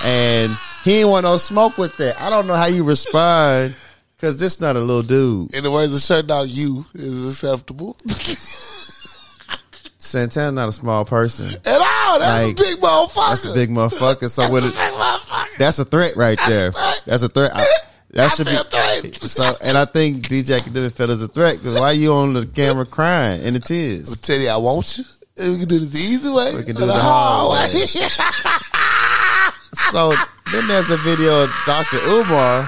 and he didn't want no smoke with that. I don't know how you respond because this not a little dude. In the words of Shirt Dog, you is acceptable. Santana not a small person. At all. That's Like, a big motherfucker. That's a big motherfucker. So That's with a it, big motherfucker. That's a threat right there. threat. That's a threat. I, that I should feel be threatened. so. And I think DJ Academic felt as a threat because why you on the camera crying in the tears? Teddy, I want you. And we can do this the easy way. We can do it the hard way. So then there's a video of Dr. Umar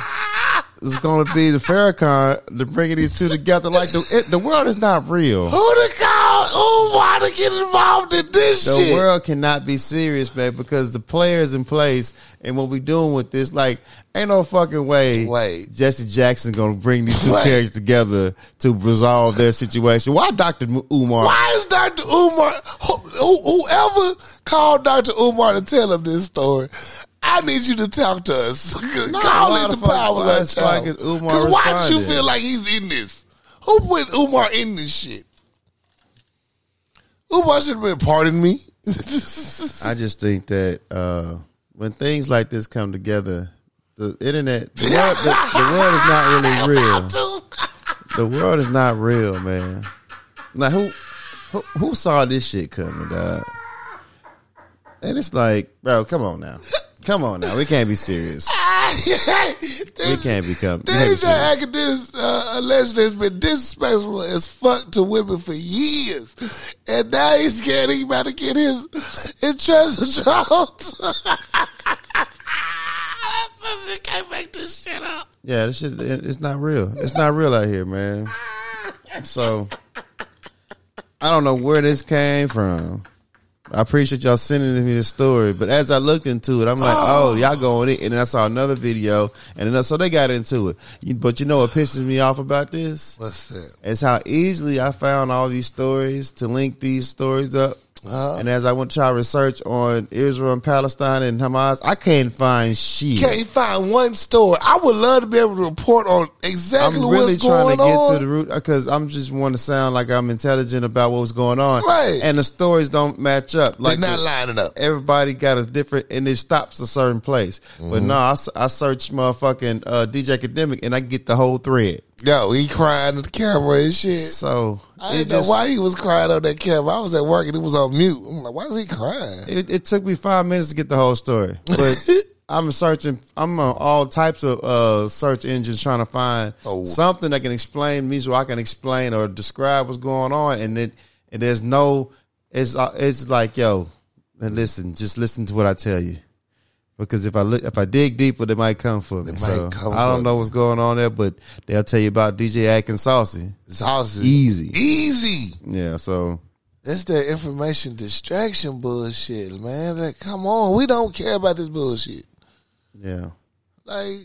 is going to be the Farrakhan to bringing these two together. Like the it, the world is not real. Who the call? Who want to get involved in this The shit? world cannot be serious, man, because the players in place and what we doing with this, like, ain't no fucking way. Wait. Jesse Jackson gonna bring these two Wait. characters together to resolve their situation. Why Doctor Umar? Why is Dr. Umar, who, who- whoever called Dr. Umar to tell him this story, I need you to talk to us. Call why it the the fuck- power why lunch the fuck hour. is Umar why do you responding? feel like he's in this? Who put Umar in this shit? Umar should have been, pardon me. I just think that uh, when things like this come together, the internet, the world, the, the world is not really real. The world is not real, man. Like who, who, who saw this shit coming, dog? And it's like, bro, come on now, come on now. We can't be serious. We this can't be coming. These academics uh, alleged has been disrespectful as fuck to women for years, and now he's scared he about to get his his treasure dropped. you can't make this shit up. Yeah, this shit, it- it's not real. It's not real out here, man. So I don't know where this came from. I appreciate y'all sending me this story, but as I looked into it, I'm like, oh, y'all going in, and then I saw another video, and another, so they got into it. You- But you know what pisses me off about this What's that? is how easily I found all these stories to link these stories up. Uh-huh. And as I went to try research on Israel and Palestine and Hamas, I can't find shit. Can't find one story. I would love to be able to report on I'm exactly really what's going trying to get on. to the root because I'm just want to sound like I'm intelligent about what was going on. Right. And the stories don't match up. Like They're not the- lining up. everybody got a different, and it stops a certain place. Mm-hmm. But no, I, s- I searched motherfucking uh, DJ Academic and I get the whole thread. Yo, he crying at the camera and shit. So I it didn't know why he was crying on that camera. I was at work and it was on mute. I'm like, why is he crying? It, it took me five minutes to get the whole story, but I'm searching. I'm on all types of uh, search engines trying to find Oh. something that can explain me, so I can explain or describe what's going on. And it and there's no. It's uh, it's like yo, and listen, just listen to what I tell you, because if I look, if I dig deeper, they might come for me. might So come I for don't know what's going on there, but they'll tell you about DJ Atkins Saucy. Sausage. Easy, Easy. yeah. So E-, That's that information distraction bullshit, man. Like, come on, we don't care about this bullshit. yeah. Like,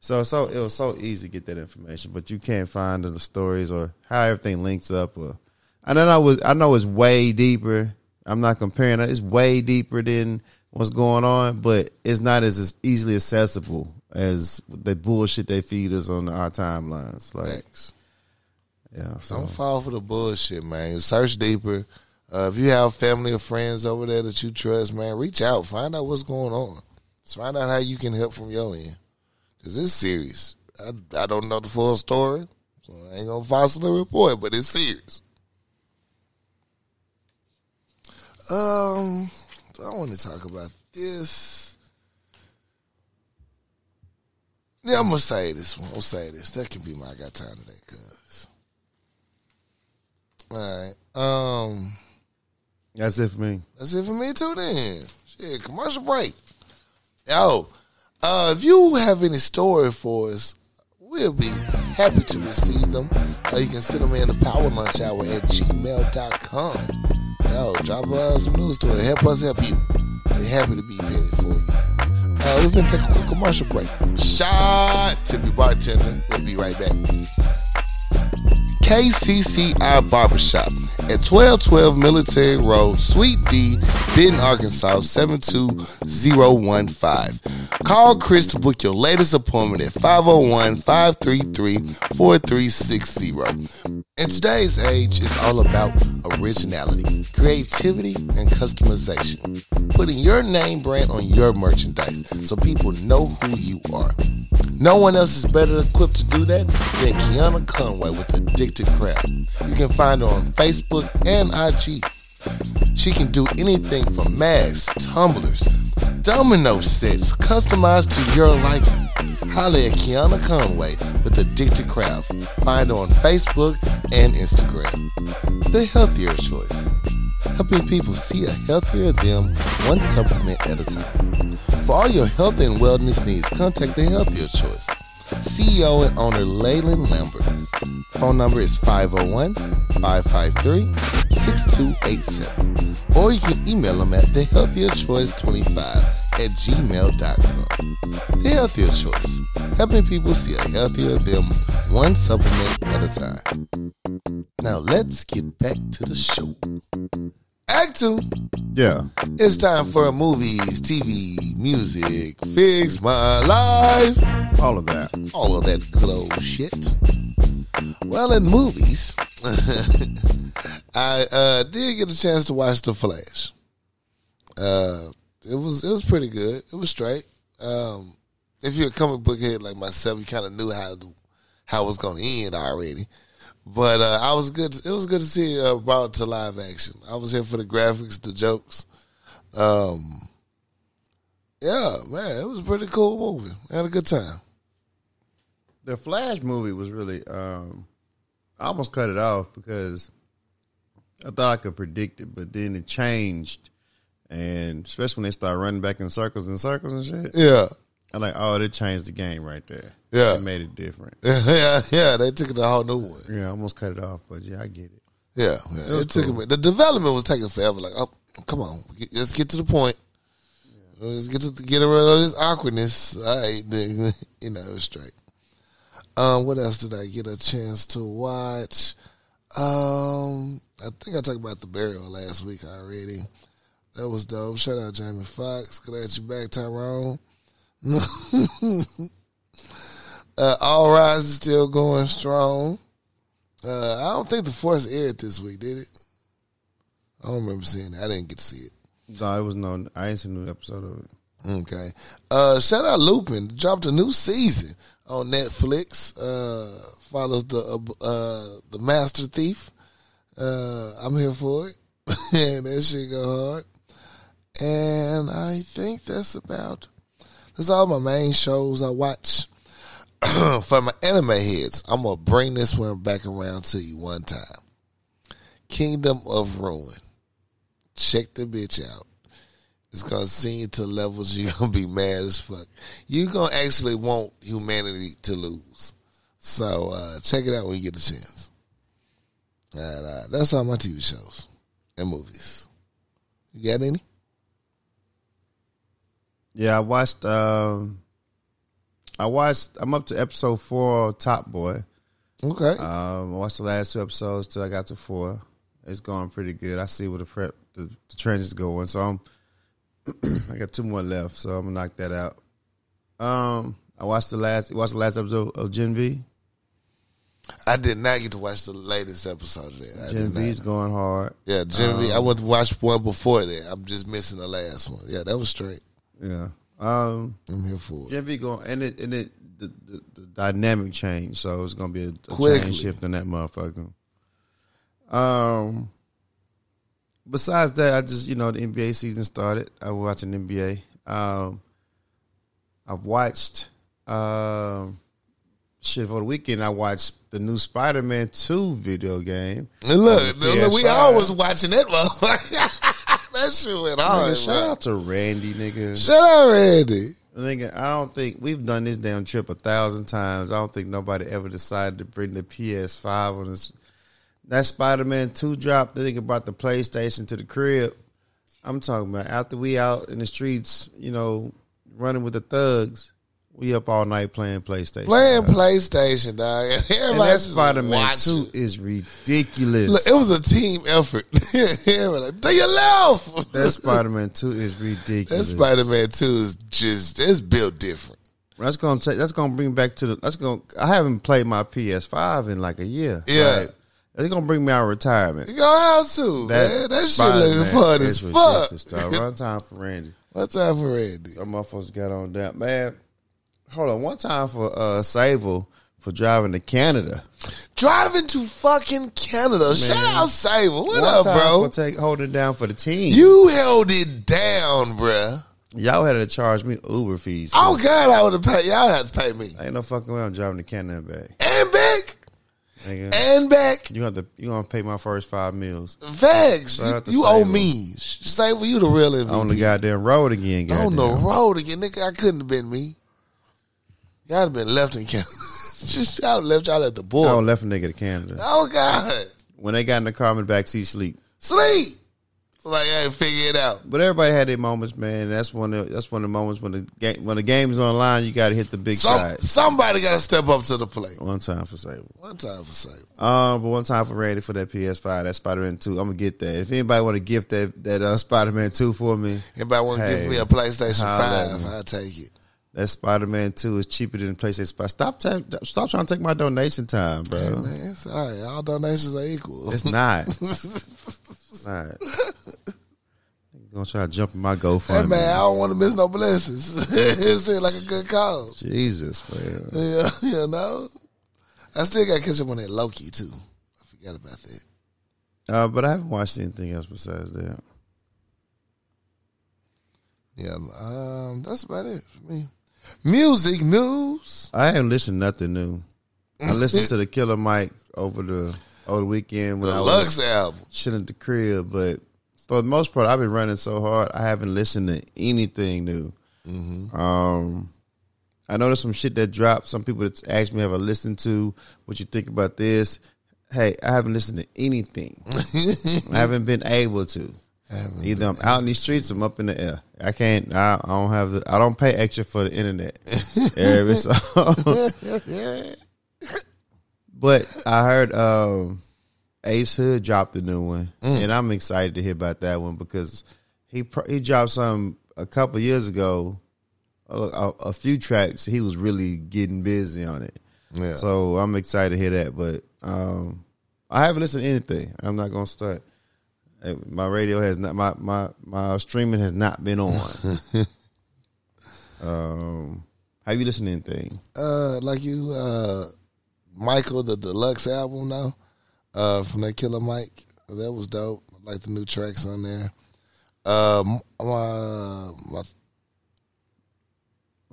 So so it was so easy to get that information, but you can't find the stories or how everything links up. Or and then I was I know it's way deeper. I'm not comparing it. It's way deeper than what's going on, but it's not as, as easily accessible as the bullshit they feed us on our timelines. Like thanks. yeah, Don't so fall for the bullshit, man. Search deeper. Uh, if you have family or friends over there that you trust, man, reach out. Find out what's going on. Let's find out how you can help from your end. Because it's serious. I, I don't know the full story, so I ain't going to file a report, but it's serious. Um, I want to talk about this. Yeah, I'm going to say this one. I'm going to say this. That can be my I got time today, cuz. All right. Um, that's it for me. that's it for me too. Then shit, commercial break. Yo, uh, if you have any story for us, we'll be happy to receive them. Uh, you can send them in to powerlunchhour at gmail.com. Yo, drop us some news to it. Help us help you. We're happy to be petty for you. Uh, we're going to take a quick commercial break. Shot to be bartender. We'll be right back. KCCI Barbershop at 1212 Military Road, Suite D, Benton, Arkansas, 72015. Call Chris to book your latest appointment at 501 533 4360. In today's age, it's all about originality, creativity, and customization. Putting your name brand on your merchandise so people know who you are. No one else is better equipped to do that than Kiana Conway with Addicted Craft. You can find her on Facebook and IG. She can do anything from masks, tumblers, domino sets, customized to your liking. Holly at Kiana Conway with Addicted Craft. Find her on Facebook and Instagram. The healthier choice. Helping people see a healthier them one supplement at a time. For all your health and wellness needs, contact the Healthier Choice. CEO and owner Leyland Lambert. Phone number is 501 553 6287. Or you can email them at thehealthierchoice25 at gmail.com. The Healthier Choice, helping people see a healthier them one supplement at a time. Now let's get back to the show. Act two. Yeah, It's time for movies, TV, music, fix my life, all of that. all of that good old shit. Well, in movies, I uh, did get a chance to watch The Flash. Uh, it was it was pretty good. It was straight. Um, if you're a comic book head like myself, you kind of knew how how it was going to end already. But uh, I was good. It was good to see it uh, brought to live action. I was here for the graphics, the jokes. Um, yeah, man, it was a pretty cool movie. I had a good time. the Flash movie was really um I almost cut it off because I thought I could predict it, but then it changed. And especially when they start running back in circles and circles and shit. Yeah, I'm like, oh, they changed the game right there. Yeah. It made it different. yeah, yeah. They took it to a whole new one. Yeah, I almost cut it off, but yeah, I get it. Yeah, yeah, it, was took a cool. minute. The development was taking forever. Like, oh, come on, get- let's get to the point. Let's get to get rid of this awkwardness. All right, then, you know, it was straight. Um, what else did I get a chance to watch? Um, I think I talked about the burial last week already. That was dope. Shout out Jamie Foxx. Good at you back, Tyrone. uh, All Rise is still going strong. Uh, I don't think the Force aired this week, did it? I don't remember seeing it. I didn't get to see it. No, it was no. I ain't seen no episode of it. Okay. Uh, shout out Lupin. Dropped a new season on Netflix. Uh, follows the uh, uh, the Master Thief. Uh, I'm here for it. and that shit go hard. And I think that's about. That's all my main shows I watch. for my anime heads, I'm gonna bring this one back around to you one time. Kingdom of Ruin. Check the bitch out. It's gonna send you to levels you're gonna be mad as fuck. You're gonna actually want humanity to lose. So uh, check it out when you get the chance. And uh, that's all my TV shows and movies. You got any? Yeah, I watched. Um, I watched. I'm up to episode four, Top Boy. Okay. Um, I watched the last two episodes till I got to four. It's going pretty good. I see where the prep, the, the trend is going. So I'm, I got two more left. So I'm gonna knock that out. Um, I watched the last. Watched the last episode of Gen V. I did not get to watch the latest episode of that. I Gen Um, did not. V's going hard. Yeah, Gen V. I went to watch one before that. I'm just missing the last one. Yeah, that was straight. Yeah. Um, I'm here for it. Gen V going and it and it the, the, the dynamic change. So it's gonna be a, a Quickly. change shift in that motherfucker. Um. Besides that, I just you know the NBA season started. I was watching NBA. Um, I've watched um, shit for the weekend. I watched the new Spider Man Two video game. And look, the look, we PS5. always watching that motherfucker. that shit went hard. Nigga, shout bro. out to Randy, nigga. Shut up, Randy. Nigga, I don't think we've done this damn trip a thousand times. I don't think nobody ever decided to bring the PS5 on this. That Spider Man 2 drop, the nigga brought the PlayStation to the crib. I'm talking about after we out in the streets, you know, running with the thugs, we up all night playing PlayStation. Playing dog. PlayStation, dog. And and everybody that just Spider Man watching. 2 is ridiculous. Look, it was a team effort. Everybody like, to your left. that Spider Man 2 is That ridiculous. Spider Man 2 is just, it's built different. That's gonna take. That's gonna bring me back to the. That's gonna. I haven't played my PS Five in like a year. Yeah. Like, that's gonna bring me out of retirement. You go out too, man. That shit looking Spider-Man fun is as fuck. ridiculous, dog. Run time for Randy. What's up for Randy? That motherfuckers got on that man. Hold on. One time for uh Sable for driving to Canada. Driving to fucking Canada. Shout out Sable. What One up, time bro? For take holding down for the team. You held it down, bruh. all had to charge me Uber fees. Oh God, I would have paid. Y'all have to pay me ain't no fucking way I'm driving to Canada back. and back Nigga. and back. you have to. You gonna pay my first five meals Vex, Shout out to you, you owe Sable. me. Say, well, you the real MVP. on the goddamn road again. Goddamn. Mm-hmm. on the road again, nigga. I couldn't have been me. Y'all have been left in Canada. Just y'all left y'all at the I border. don't left a nigga to Canada. Oh God, When they got in the car, I'm in the backseat sleep. sleep. Like I ain't figure it out. But everybody had their moments, man. That's one. Of, that's one of the moments when the game, when the game's online, you got to hit the big Some, side. somebody got to step up to the plate. One time for Sable. One time for Sable. Um, but one time for Randy for that PS5, that Spider Man Two. I'm gonna get that. If anybody want to gift that that uh, Spider Man Two for me, Anybody want to Hey, give me a PlayStation holla at Five? I'll take it. that Spider Man Two is cheaper than PlayStation Five. Stop, ta- stop trying to take my donation time, bro. Man, it's all right. All donations are equal. It's not. It's not. You gonna try to jump in my Hey GoFundMe? man, I don't want to miss no blessings. it seemed like a good cause. Jesus, man. Yeah, you know, I still got to catch up on that Loki too. I forgot about that. Uh, but I haven't watched anything else besides that. Yeah, um, that's about it for me. Music news. I haven't listened to nothing new. I listened to the Killer Mike over the over the weekend when I was Lux album. chilling at the crib, but for the most part, I've been running so hard, I haven't listened to anything new. Um, I know there's some shit that dropped. Some people that asked me, "Have I listened to what you think about this?" Hey, I haven't listened to anything. I haven't been able to. Haven't Either I'm out in these streets, I'm up in the air. I can't. I, I don't have the. I don't pay extra for the internet. Every so- Yeah. but I heard um, Ace Hood dropped a new one, and I'm excited to hear about that one because he pro- he dropped some a couple years ago, a, a, a few tracks. He was really getting busy on it, Yeah. so I'm excited to hear that. But um, I haven't listened to anything. I'm not gonna start. Uh, My radio has not my my my streaming has not been on. um, have you listened to anything? uh, like you, uh, Michael, the deluxe album now, uh, from that Killer Mike. That was dope. I like the new tracks on there. Um, my, my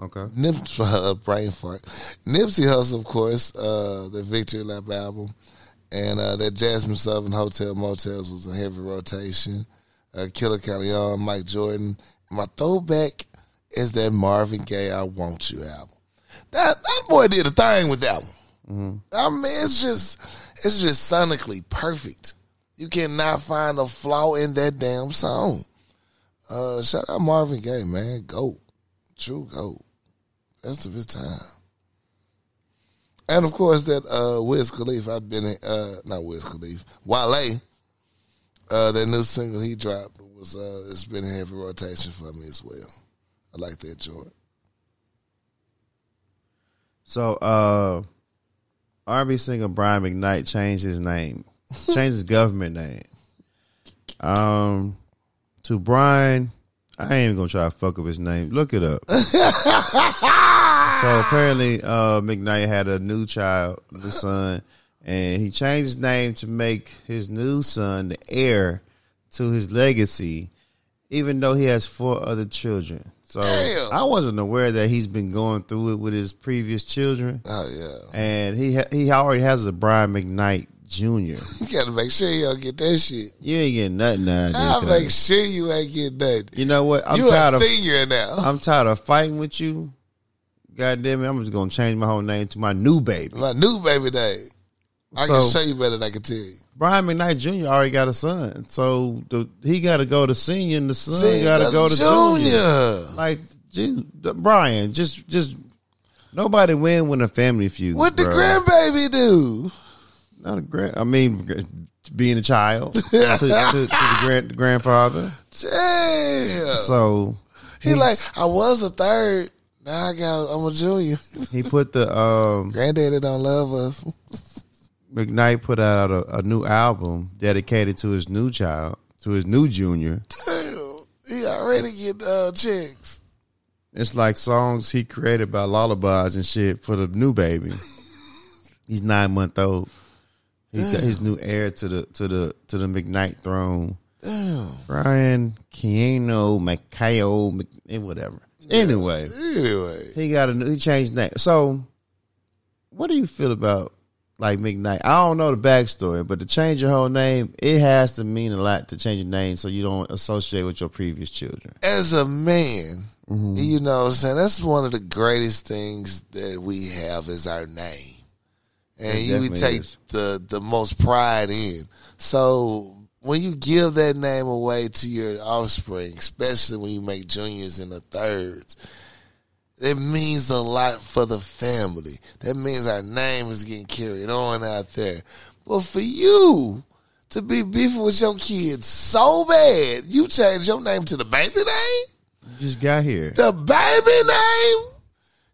Okay. Nips, uh, brain fart. Nipsey Hussle, of course, uh, the Victory Lap album, and uh, that Jasmine Southern Hotel Motels was in heavy rotation. Uh, Killer Callion, Mike Jordan. My throwback is that Marvin Gaye "I Want You" album. That that boy did a thing with that one. I mean, it's just it's just sonically perfect. You cannot find a flaw in that damn song. Uh, shout out Marvin Gaye, man. Go, true goat. Best of his time. And of course that uh Wiz Khalifa, I've been in, uh not Wiz Khalifa, Wale. Uh that new single he dropped was uh it's been in heavy rotation for me as well. I like that joint. So uh R&B singer Brian McKnight changed his name, changed his government name, um, to Brian. I ain't even gonna try to fuck up his name. Look it up. so apparently, uh, McKnight had a new child, the son, and he changed his name to make his new son the heir to his legacy, even though he has four other children. So Damn. I wasn't aware that he's been going through it with his previous children Oh yeah. and he ha- he already has a Brian McKnight Jr. You gotta make sure you don't get that shit. You ain't getting nothing out I'll of this. make guy. sure you ain't getting nothing. You know what? I'm you tired a of senior now. I'm tired of fighting with you. God damn it! I'm just gonna change my whole name to my new baby. My new baby day. I So- can show you better than I can tell you. Brian McKnight Jr. already got a son, so the, he got to go to senior, and the son See, got to go to junior. junior. Like, dude, the- Brian, just just nobody win when a family feud. What the bro. grandbaby do? Not a grand. I mean, gr- being a child to, to, to the grand, grandfather. Damn. So He like, I was a third. Now I got, I'm a junior. he put the um Granddaddy don't love us. McKnight put out a, a new album dedicated to his new child, to his new junior. Damn, he already get uh, chicks. It's like songs he created by lullabies and shit for the new baby. He's nine month old. He got his new heir to the to the to the McKnight throne. Damn. Brian Keanu McKayo Mc, eh, whatever. Anyway, Anyway, he got a new he changed name. So what do you feel about like McKnight? I don't know the backstory, but to change your whole name, it has to mean a lot to change your name so you don't associate with your previous children. as a man, Mm-hmm. you know what I'm saying? That's one of the greatest things that we have is our name. And It you we definitely take is. the, the most pride in. So when you give that name away to your offspring, especially when you make juniors and the thirds, it means a lot for the family. That means our name is getting carried on out there. But for you to be beefing with your kids so bad, you change your name to the baby name? You just got here. The baby name?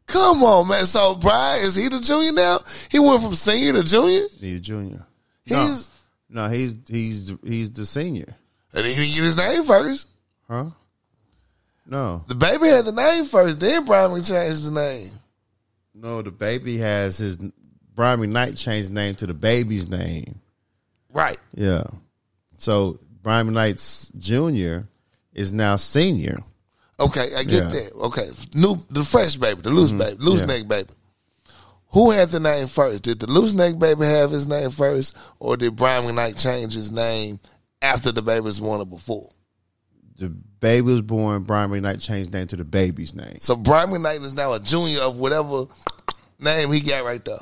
Come on, man. So Brian, is he the junior now? He went from senior to junior? He's a junior. He's No, he's he's he's the senior. and he didn't get his name first. Huh? No. The baby had the name first, then Brian changed the name. No, the baby has his Brian McKnight changed his name to the baby's name. Right. Yeah. So Brian McKnight's junior is now senior. Okay, I get Yeah. Mm-hmm. that. Okay, new the fresh baby, the loose baby, loose Yeah. neck baby. Who had the name first? Did the loose neck baby have his name first, or did Brian McKnight change his name after the baby was born or before? the baby was born, Brian McKnight changed his name to the baby's name. So Brian McKnight is now a junior of whatever name he got right there.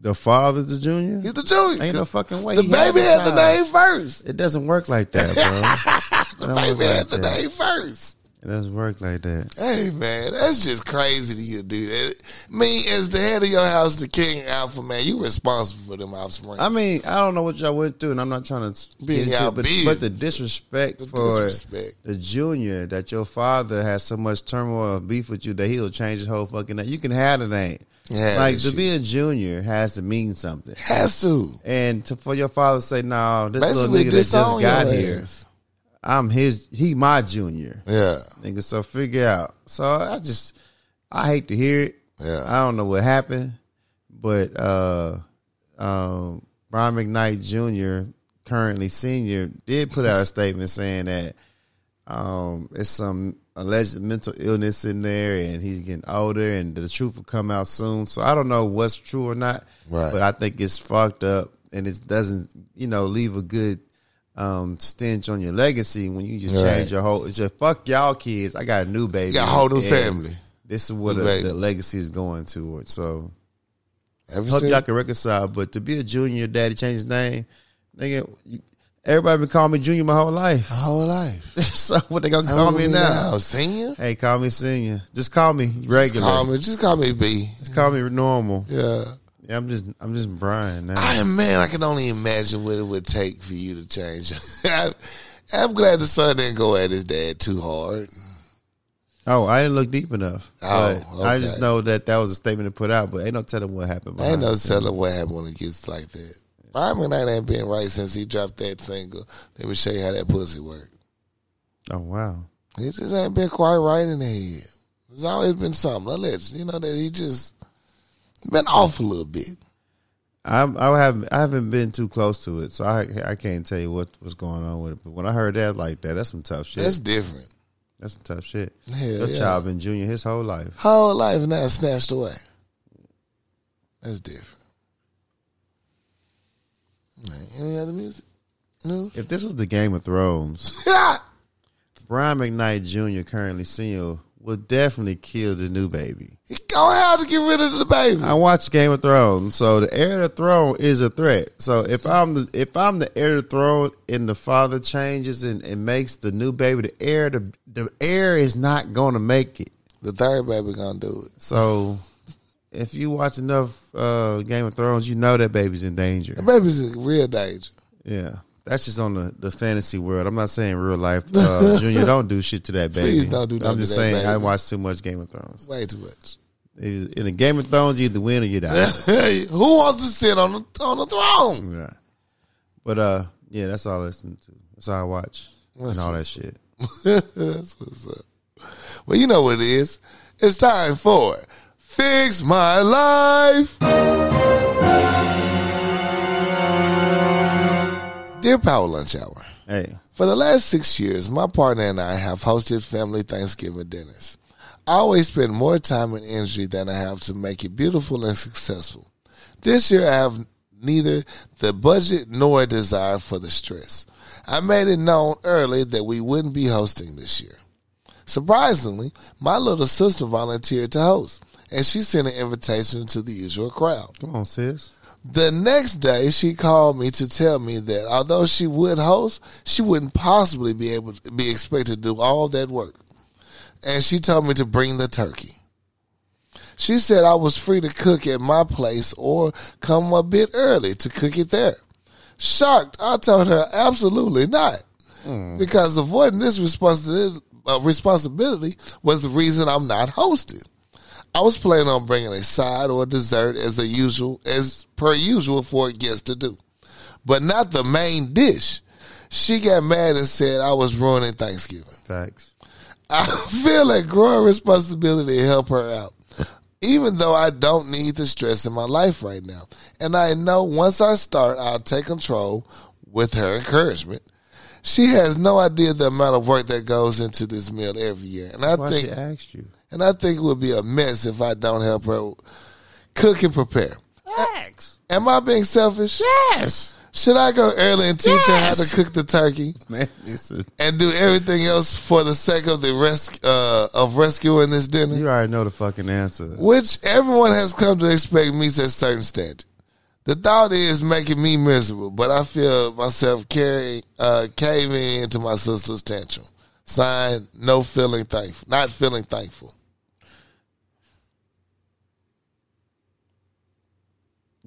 The father's a junior? He's the junior. Ain't no fucking way. the he had baby had the child. name first. It doesn't work like that, The bro. Don't work baby had like the that. name first. It doesn't work like that. Hey man, that's just crazy to you, dude. Me as the head of your house, the king alpha man, you responsible for them offspring. I mean, I don't know what y'all went through, and I'm not trying to Be be into y'all it, but, business. but the disrespect The for disrespect. the junior that your father has so much turmoil and beef with you that he'll change his whole fucking name. You can have the name. Yeah, like that to shit. be a junior has to mean something. has to. And to, for your father to say, "No, this Basically little nigga that disown just got your here, ass. I'm his. He my junior, Yeah. nigga." So figure out. So I just, I hate to hear it. Yeah. I don't know what happened, but uh, um, Brian McKnight Jr., currently senior, did put out a statement saying that um, it's some alleged mental illness in there, and he's getting older, and the truth will come out soon. So I don't know what's true or not, Right. but I think it's fucked up, and it doesn't, you know, leave a good. Um, stench on your legacy when you just Right. change your whole. It's just fuck y'all kids. I got a new baby. You got a whole new and- family. this is what the, Right. the legacy is going toward. So Ever hope since- y'all can reconcile. But to be a junior, your daddy changed his name, nigga. You, everybody been calling me junior my whole life. my whole life. so what they gonna call me now? senior. Hey, call me senior. Just call me Just regular. call me. Just call me B. Just call me normal. Yeah. Yeah, I'm just I'm just Brian now. I man, I can only imagine what it would take for you to change. I, I'm glad the son didn't go at his dad too hard. Oh, I didn't look deep enough. Oh, But I just okay. know that that was a statement to put out, but ain't no telling what happened. Ain't behind no the scenes. telling what happened when it gets like that. Brian McKnight ain't been right since he dropped that single. Let me show you how that pussy work. Oh wow. It just ain't been quite right in the head. There's always been something. Alleged, you know, that he just been off a little bit. I'm, I haven't I haven't been too close to it, so I I can't tell you what what's going on with it. But when I heard that like that, that's some tough shit. That's That's, different. some tough shit. Hell Your yeah. child been junior his whole life. Whole life now snatched away. That's different. Man, any other music? No. If this was the Game of Thrones, Brian McKnight Jr. currently senior would definitely kill the new baby. he gonna have to get rid of the baby. I watch Game of Thrones, so the heir to the throne is a threat. So if I'm the if I'm the heir to the throne and the father changes and, and makes the new baby the heir, the the heir is not gonna make it. The third baby gonna do it. So, if you watch enough uh, Game of Thrones, you know that baby's in danger. The baby's in real danger. Yeah, that's just on the, the fantasy world. I'm not saying real life. Uh, Junior, don't do shit to that baby. Please don't do nothing I'm just to that saying I baby. watch too much Game of Thrones. Way too much. Either- In a Game of Thrones, you either win or you die. Who wants to sit on the on the throne? yeah. But uh, yeah, that's all I listen to. That's all I watch That's and all that shit. That's what's up. Well, you know what it is. It's time for Fix My Life. Dear Power Lunch Hour, Hey, for the last six years, my partner and I have hosted family Thanksgiving dinners. I always spend more time and energy than I have to make it beautiful and successful. This year, I have neither the budget nor a desire for the stress. I made it known early that we wouldn't be hosting this year. Surprisingly, my little sister volunteered to host, and she sent an invitation to the usual crowd. come on, sis. The next day, she called me to tell me that although she would host, she wouldn't possibly be able to be expected to do all that work. And she told me to bring the turkey. She said I was free to cook at my place or come a bit early to cook it there. Shocked, I told her absolutely not. Because avoiding this responsi- uh, responsibility was the reason I'm not hosting. I was planning on bringing a side or dessert as a usual, as per usual for guests to do, but not the main dish. She got mad and said I was ruining Thanksgiving. Facts. I feel a growing responsibility to help her out, even though I don't need the stress in my life right now. And I know once I start, I'll take control with her encouragement. She has no idea the amount of work that goes into this meal every year, and I Why think she asked you? and I think it would be a mess if I don't help her cook and prepare. Facts. Am I being selfish? Yes, Should I go early and teach her Yes. how to cook the turkey man. Listen, and do everything else for the sake of the res- uh, of rescuing this dinner? you already know the fucking answer. Which everyone has come to expect meets a certain standard. The thought is making me miserable, but I feel myself carrying, uh, caving into my sister's tantrum. Sign, no feeling thankful, not feeling thankful.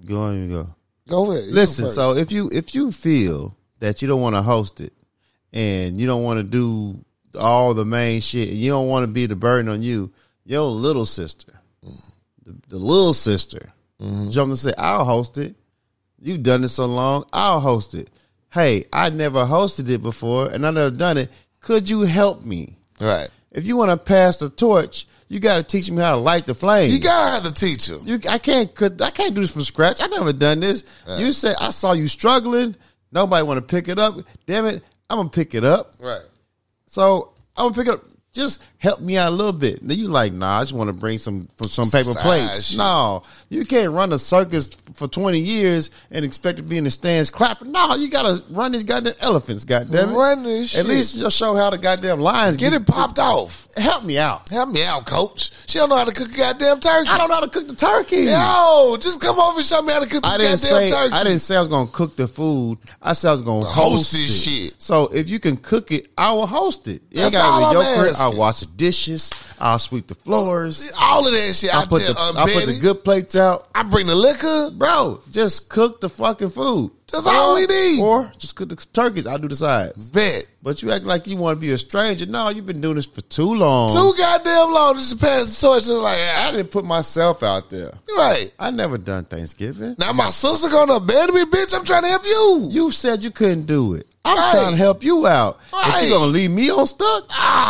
Go on and go. Go ahead. you go Listen, first. so if you if you feel that you don't want to host it and you don't want to do all the main shit, and you don't want to be the burden on you, your little sister, the, the little sister, Mm-hmm. jump and say, "I'll host it." You've done it so long, I'll host it. Hey, I never hosted it before, and I never done it. Could you help me? right, If you want to pass the torch, you got to teach me how to light the flame. you gotta have the teacher. You, I can't. Could, I can't do this from scratch. I never done this. You said I saw you struggling. Nobody want to pick it up. Damn it! I'm gonna pick it up. Right, So I'm gonna pick it up. Just help me out a little bit. Then you like, nah. I just want to bring some some paper Side plates. shit. No, you can't run a circus for 20 years and expect to be in the stands clapping. No, you gotta run these goddamn elephants. Goddamn it! Run this shit. At least just show how the goddamn lions get it popped off. Help me out. Help me out, coach. She don't know how to cook a goddamn turkey. I don't know how to cook the turkey. Yo, just come over and show me how to cook this I didn't goddamn say turkey. I didn't say I was gonna cook the food. I said I was gonna host, Host it. this shit. So if you can cook it, I will host it. It That's gotta be all your I'm crib. I'll asking. wash the dishes. I'll sweep the floors. All of that shit. I, I put tell the Aunt I put Betty, the good plates out. I bring the liquor. Bro, just cook the fucking food. That's all we need. Or just cook the turkeys. I'll do the sides. Bet. But you act like you want to be a stranger. No, you've been doing this for too long. Too goddamn long to pass the torch. And like, I I didn't put myself out there. right. I never done Thanksgiving. Now my sister gonna abandon me, bitch. I'm trying to help you. You said you couldn't do it. I'm Right. trying to help you out. But Right. you gonna leave me on stuck?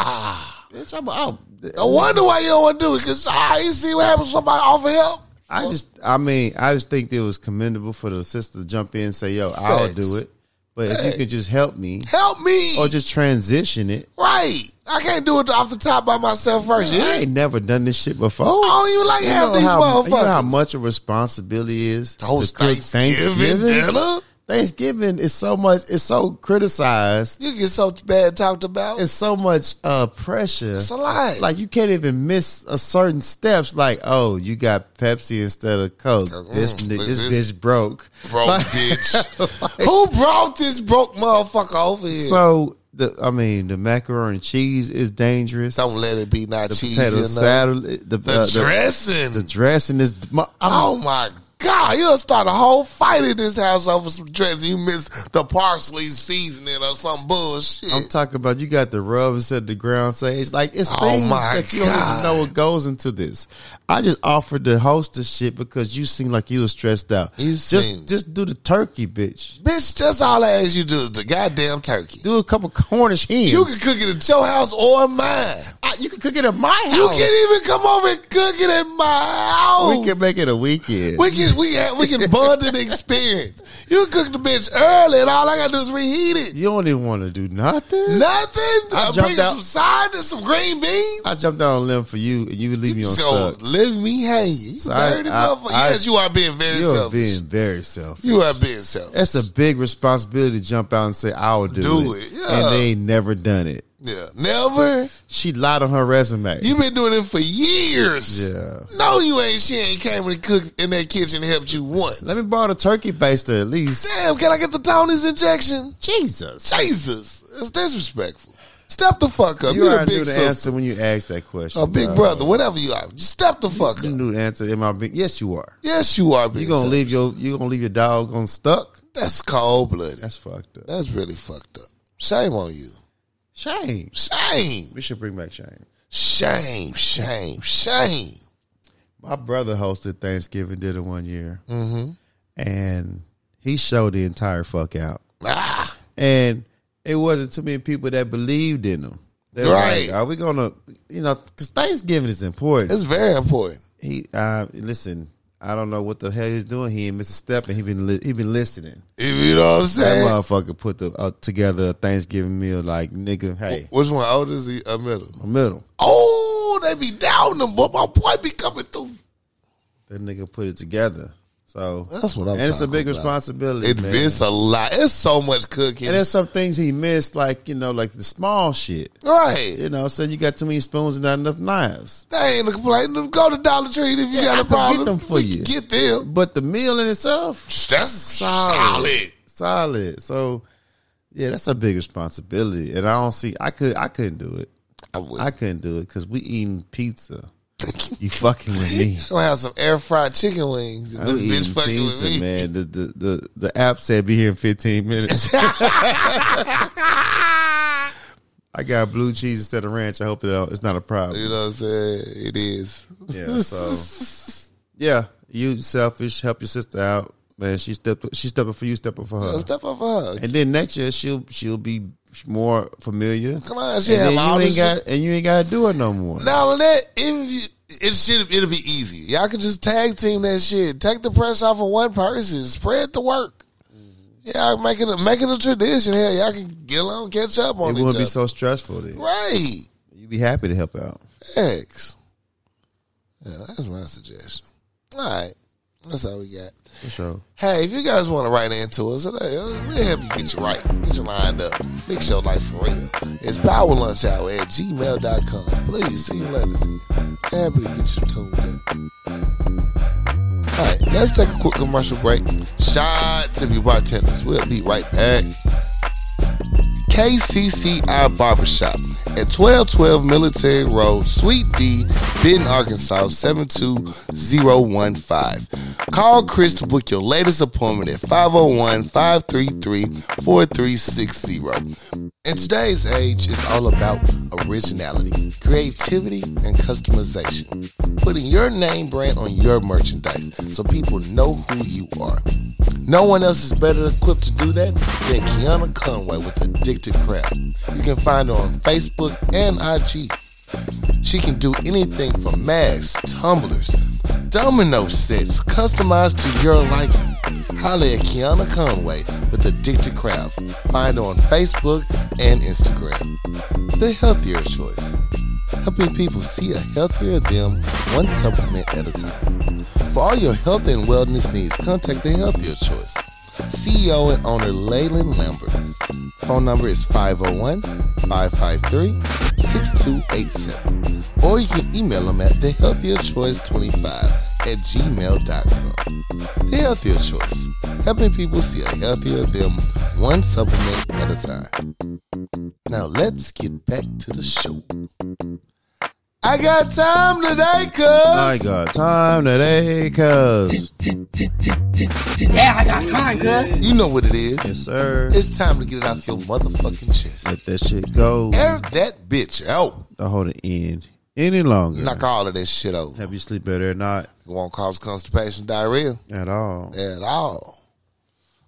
Ah. Bitch, I'm out. I wonder why you don't want to do it. Cause I ain't see what happens when somebody offer help. I just, I mean, I just think it was commendable for the sister to jump in and say, "Yo, I'll Facts. do it," but if you could just help me Help me. or just transition it, right. I can't do it off the top by myself first. Yeah. I I ain't never done this shit before. don't even like You half know these how, motherfuckers. you know how much a responsibility is to Host cook Thanksgiving, dinner. Thanksgiving is so much. It's so criticized. You get so bad talked about. It's so much uh pressure. It's a lie. like you can't even miss a certain steps. Like, oh, you got Pepsi instead of Coke. This Mm, ni- this, this- bitch broke. broke bitch. Who brought this broke motherfucker over here? So the I mean, the macaroni and cheese is dangerous. Don't let it be not cheesy Potato enough. salad, The the, uh, the, dressing. the dressing is. My, oh my god, you'll start a whole fight in this house over some dressing. You miss the parsley seasoning or some bullshit. I'm talking about you got the rub instead of the ground sage. Like it's Oh things my that you don't even God. know what goes into this. I just offered to host this shit because you seemed like you were stressed out. You just seem- just do the turkey, bitch. Bitch, that's all I ask you to do is the goddamn turkey. Do a couple Cornish hens. You can cook it at your house or mine. I, you can cook it at my house. You can even come over and cook it at my house. we can make it a weekend. We can we ha- we can bond an experience. You cook the bitch early, and all I gotta do is reheat it. you don't even want to do nothing. Nothing. I I jumped bring out- some side and some green beans. I jumped out on a limb for you, and you would leave me on so stuck. let me hang. You I- dirty I- motherfucker. I- yes, you are being very You're selfish. being very selfish. you are being selfish. That's a big responsibility to jump out and say, "I'll do, Do it,", it, yeah. and they ain't never done it. Yeah, never. She lied on her resume. You've been doing it for years. Yeah. No, you ain't. She ain't came and cooked in that kitchen and helped you once. Let me borrow the turkey baster at least. Damn, can I get the Tony's injection? Jesus. Jesus, it's disrespectful. Step the fuck up. You You are the already big knew the sister. answer when you asked that question. A big bro. brother, whatever you are. Just step the fuck You up. knew the answer in my big. Yes, you are. Yes, you are being You gonna selfish. leave your you gonna leave your dog on stuck? That's cold blooded. That's fucked up. That's really fucked up. Shame on you. Shame. Shame. We should bring back shame. Shame. Shame. Shame. My brother hosted Thanksgiving dinner one year, mm-hmm. and he showed the entire fuck out. Ah. And it wasn't too many people that believed in him. They were Right. like, are we gonna, you know, because Thanksgiving is important. It's very important. He uh, listen. I don't know what the hell he's doing. He ain't missed a step, and he been li- he been listening. If you know what I'm That saying. motherfucker put the uh, together a Thanksgiving meal like nigga. Hey, Which one? Older is he? A middle. middle. Oh, they be down them, but my boy be coming through. That nigga put it together. So That's what I'm and it's a talking big about. responsibility. It, man. it's a lot. It's so much cooking. and there's some things he missed, like you know, like the small shit. right. You know, so you got too many spoons and not enough knives. That ain't a complaint. Go to Dollar Tree if you got I a can get problem. them for We you. Get them. But the meal in itself, That's solid. solid. So Yeah, that's a big responsibility, and I don't see. I could. I couldn't do it. I would. I couldn't do it because we eating pizza. you fucking with me. I'm gonna have some air fried chicken wings. and I'm This eating bitch fucking pizza, with me. man. The, the the the app said be here in 15 minutes. I got blue cheese instead of ranch. I hope it don't, it's not a problem. You know what I'm saying? It is. Yeah. So yeah, you selfish. Help your sister out, man. She stepped. She stepping for you. Stepping for her. Step up for her. And then next year she'll she'll be more familiar. Come on, she And have then all you ain't this. got shit. and you ain't got to do it no more. Not only that, even if you, it should it'll be easy. Y'all can just tag team that shit. Take the pressure off of one person. Spread the work. Mm-hmm. Yeah, make it a, make it a tradition. Hell, y'all can get along, catch up It on each wouldn't other. be so stressful. Then. right. You'd be happy to help out. X. Yeah, that's my suggestion. All right. That's all we got. For sure. Hey, if you guys want to write into us, uh, we'll help you get you right, get you lined up, fix your life for real. It's powerlunchhour at gmail.com. Please see your letters in. Happy to get you tuned in. All right, let's take a quick commercial break. Shout to your bartenders. We'll be right back. KCCI Barbershop at 1212 Military Road, Suite D, Benton, Arkansas, 72015. Call Chris to book your latest appointment at 501 533 4360. In today's age, it's all about originality, creativity, and customization. Putting your name brand on your merchandise so people know who you are. No one else is better equipped to do that than Kiana Conway with Addicted Craft. You can find her on Facebook and IG. She can do anything from masks, tumblers, domino sets, customized to your liking. Holla at Kiana Conway with Addicted Craft. Find her on Facebook and Instagram. The healthier choice helping people see a healthier them one supplement at a time. For all your health and wellness needs, contact the Healthier Choice. CEO and owner Leyland Lambert. Phone number is 501 553 6287. Or you can email them at thehealthierchoice25 at gmail.com. The Healthier Choice, helping people see a healthier them one supplement at a time. Now let's get back to the show. I got time today, cuz. I got time today, cuz. Yeah, I got time, cuz. You know what it is. Yes, sir. It's time to get it off your motherfucking chest. Let that shit go. Air that bitch out. Don't hold it in any longer. Knock all of that shit over. Have you sleep better or not It won't cause constipation, diarrhea at all? at all.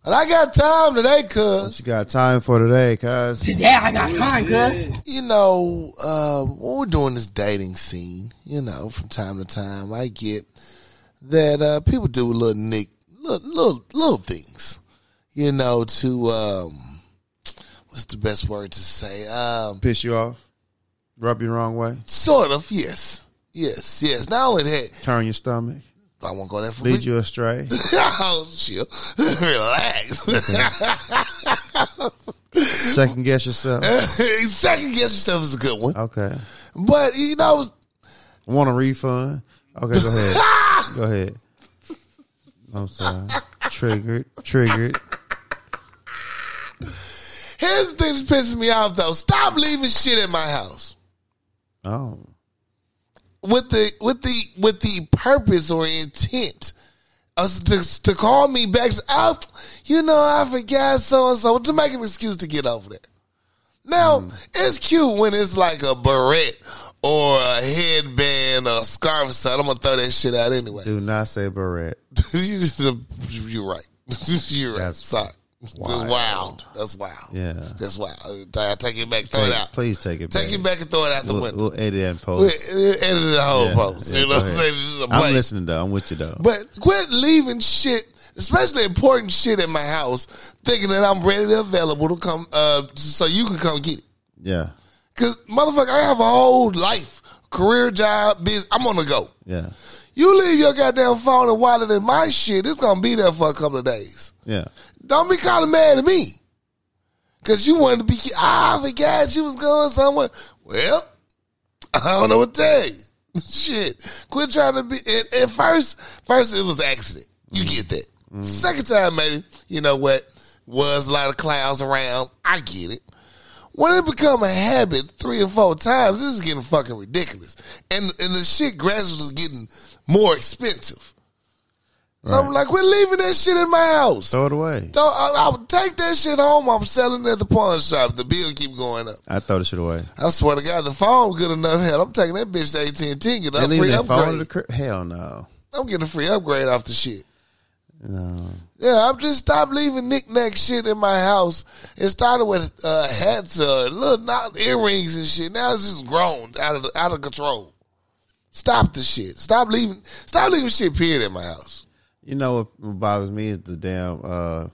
And I got time today, What cuz. you got time for today, cuz? Yeah, I got time, cuz. You know, um, when we're doing this dating scene, you know, from time to time, I get that uh, people do little nick, little, little, little things, you know, to, um, what's the best word to say? Um, Piss you off? Rub you the wrong way? Sort of, yes. Yes, yes. Not only that, Turn your stomach? I won't go that for Lead you astray? oh, chill. Relax. Second guess yourself? Second guess yourself is a good one. Okay. But, you know, Want a refund? Okay, go ahead. go ahead. I'm sorry. Triggered. Triggered. here's the thing that's pissing me off, though. Stop leaving shit at my house. Oh. with the with the with the purpose or intent of s- to, to call me back. Out, you know, I forgot so and so to make an excuse to get over there. Now it's cute when it's like a beret or a headband or a scarf or something. I'm gonna throw that shit out anyway. Do not say barrette. You- You're right. You're right. That's Sorry. That's wild. wild. That's wild. Yeah. That's wild. I take it back. Throw it out. Please take it back. Take it back and throw it out the We'll, window. we'll edit and We- post. Edit the whole Yeah, post. yeah, you know go what I'm ahead. saying? This is a I'm blank. listening though. I'm with you though. But quit leaving shit, especially important shit at my house, thinking that I'm ready and available to come, uh, so you can come get it. yeah, Cause motherfucker, I have a whole life, career, job, business. I'm on the go. yeah, You leave your goddamn phone and wallet in my shit, it's gonna be there for a couple of days. yeah. Don't be calling mad at me. Cause you wanted to be, ah, I forgot you was going somewhere. Well, I don't know what to tell you. Shit. Quit trying to be, at, at first, first it was accident. You get that. Second time, maybe, you know what? was a lot of clowns around. I get it. When it become a habit three or four times, this is getting fucking ridiculous. And and the shit gradually is getting more expensive. So I'm like, we're leaving that shit in my house. So Throw it away. I, I would take that shit home. I'm selling it at the pawn shop. The bill keep going up. I throw the shit away. I swear to God, the phone good enough. Hell, I'm taking that bitch to AT&T. Get a And leave free that phone in the upgrade. crib. Hell no. I'm getting a free upgrade off the shit. No. Yeah, I'm just stop leaving knickknack shit in my house. It started with uh, hats, uh, little not earrings and shit. Now it's just grown out of out of control. Stop the shit. Stop leaving. Stop leaving shit period in my house. You know what, what bothers me is the damn uh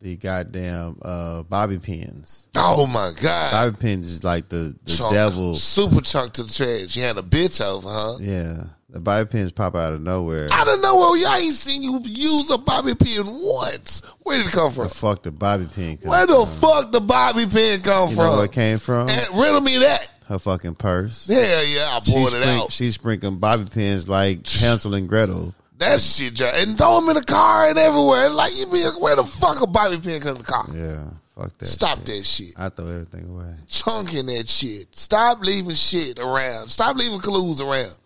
the goddamn uh bobby pins. Oh my god. Bobby pins is like the, the Chunk. devil. Super chunk to the trash. You had a bitch over, huh? Yeah. The bobby pins pop out of nowhere. I don't know where y'all ain't seen you use a bobby pin once. Where did it come from? The fuck the bobby pin come Where the from? fuck the bobby pin come You from? know where it came from? And riddle me that. Her fucking purse. Yeah, yeah, I She's pulled it out. sprinkling bobby pins like Hansel and Gretel. That shit, dry. and throw them in the car and everywhere. Like you be like, where the fuck a bobby pin come in the car? Yeah, fuck that. Stop shit. that shit. I throw everything away. Chunking that shit. Stop leaving shit around. Stop leaving clues around.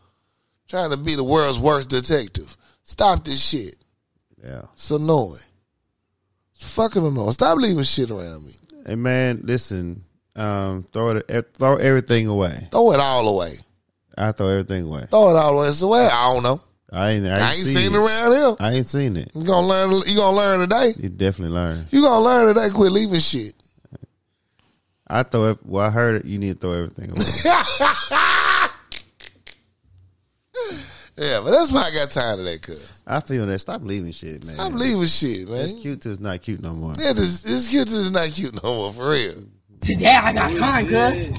Trying to be the world's worst detective. Stop this shit. Yeah. It's annoying. It's fucking annoying. Stop leaving shit around me. Hey man, listen. Um, throw it, eh, throw everything away. Throw it all away. I throw everything away. Throw it all away. It's away. I don't know. I ain't, I ain't, I ain't seen, seen it it. around here. I ain't seen it. You gonna learn you gonna learn today. You definitely learn. You gonna learn today, quit leaving shit. I throw. ev- Well, I heard it. You need to throw everything away. Yeah, but that's why I got tired of that cuz. I feel that. Stop leaving shit, man. I'm leaving shit, man. It's cute till it's not cute no more. Yeah, this this kid is not cute no more, for real. Today I got time, cuz.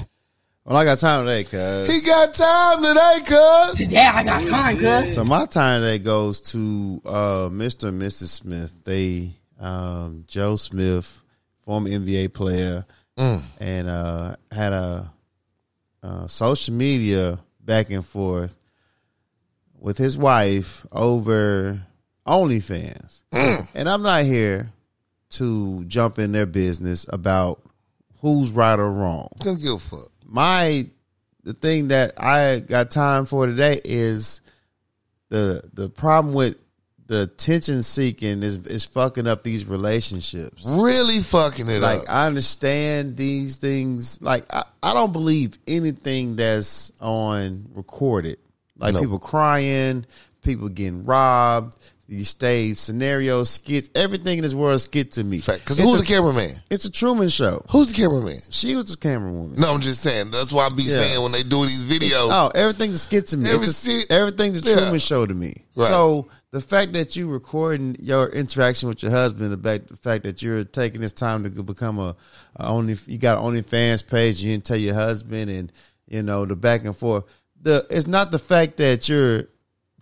Well, I got time today, cuz. He got time today, cuz. Today I got time, cuz. So my time today goes to uh, Mr. and Mrs. Smith. They um, Joe Smith, former NBA player, and uh, had a uh, social media back and forth with his wife over OnlyFans. And I'm not here to jump in their business about who's right or wrong Don't give a fuck. my the thing that I got time for today is the the problem with the attention seeking is is fucking up these relationships. Really fucking it Like up. I understand these things. Like I, I don't believe anything that's on recorded. Like No. people crying, people getting robbed, these stage scenarios, skits, everything in this world is skit to me. Fact. Cause it's, who's a, the cameraman? it's a Truman show. Who's the cameraman? She was the cameraman. No, I'm just saying. That's why I be Yeah. saying when they do these videos. Oh, everything's a skit to me. Every It's a- skit- everything's a yeah. Truman Show to me. Right. So the fact that you recording your interaction with your husband, the fact, the fact that you're taking this time to go become a, a only you got an OnlyFans page, you didn't tell your husband, and you know the back and forth. The it's not the fact that you're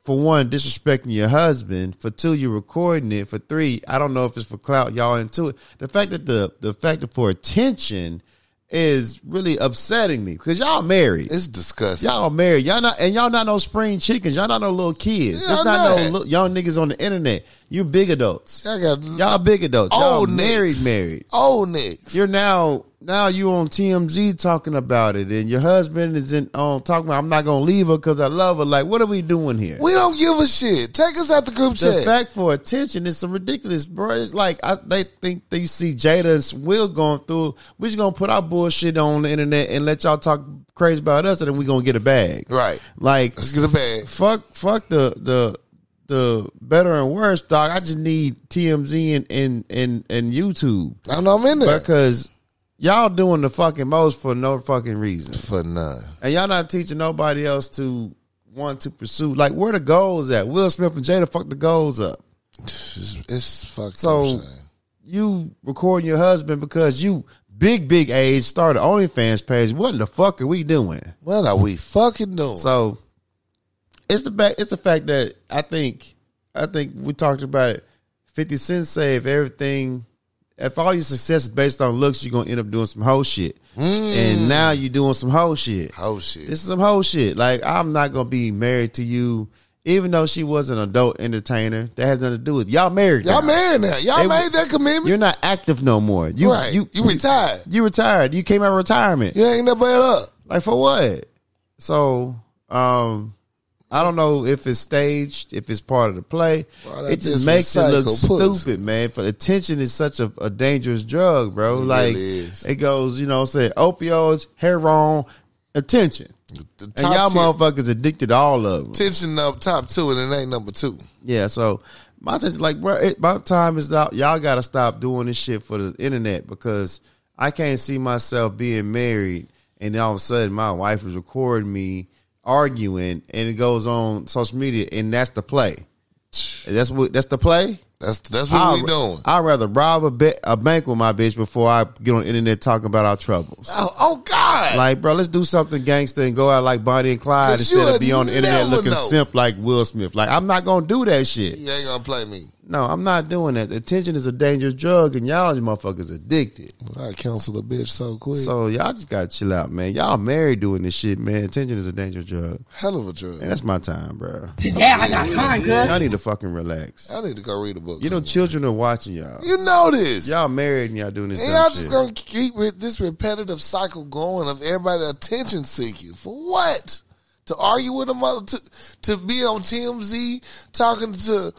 for one disrespecting your husband, for two you're recording it, for three I don't know if it's for clout, y'all into it. The fact that the the fact that for attention is really upsetting me because y'all married. It's disgusting. Y'all married. Y'all not and y'all not no spring chickens. Y'all not no little kids. Y'all it's not, not. no li- y'all niggas on the internet. You big adults. Y'all, got Y'all big adults. Y'all Old married, niggas. married. old niggas. You're now now you on TMZ talking about it, and your husband is in um talking about I'm not gonna leave her because I love her. Like, what are we doing here? we don't give a shit. Take us out the group the chat. fact for attention is some ridiculous, bro. It's like I, they think they see Jada and Will going through. We just gonna put our bullshit on the internet and let y'all talk crazy about us, and then we gonna get a bag. right. Like Let's get a bag. fuck fuck the the the better and worse dog. I just need TMZ and and and, and YouTube I don't know I'm in there. because y'all doing the fucking most for no fucking reason, For none. and y'all not teaching nobody else to want to pursue. Like where the goals at? Will Smith and Jada fuck the goals up. It's, it's fucking So- insane. You recording your husband because you big big age started OnlyFans page. What in the fuck are we doing? What are we fucking doing? So it's the back. It's the fact that I think I think we talked about it. Fifty Cent say if everything, if all your success is based on looks, you're gonna end up doing some whole shit. Mm. And now you're doing some whole shit. oh shit. This is some whole shit. Like I'm not gonna be married to you even though she was an adult entertainer, that has nothing to do with y'all married. Y'all now. married now. Y'all They- made that commitment. You're not active no more. You right. you You, retired. You retired. You came out of retirement. You ain't nothing but up. Like for what? So, um, I don't know if it's staged, if it's part of the play. Bro, that it just just makes it look recycled pussy. stupid, man. For attention is such a, a dangerous drug, bro. like really is. it goes, you know, say opioids, heroin, attention, The and y'all top ten- motherfuckers addicted to all of them. tension up top two, and it ain't number two. Yeah, so my attention, like, bro, it, my time is out. Y'all got to stop doing this shit for the internet because I can't see myself being married and all of a sudden my wife is recording me arguing and it goes on social media and that's the play. That's what that's the play. That's that's what we doing. I'd rather rob a, ba- a bank with my bitch before I get on the internet talking about our troubles. oh, oh God! Like, bro, let's do something gangster and go out like Bonnie and Clyde 'Cause you instead of would be on the internet never looking know. simp like Will Smith. Like, I'm not gonna do that shit. you ain't gonna play me. No, I'm not doing that. Attention is a dangerous drug, and y'all motherfuckers addicted. I cancel a bitch so quick. So y'all just gotta chill out, man. Y'all married doing this shit, man. Attention is a dangerous drug, Hell of a drug. and that's my time, bro. Today I got time, cuz. Y'all need to fucking relax. I need to go read a book. You know, children are watching y'all. you know this. Y'all married and y'all doing this. And dumb y'all shit. just gonna keep re- this repetitive cycle going of everybody attention seeking for what? To argue with a mother, to to be on TMZ talking to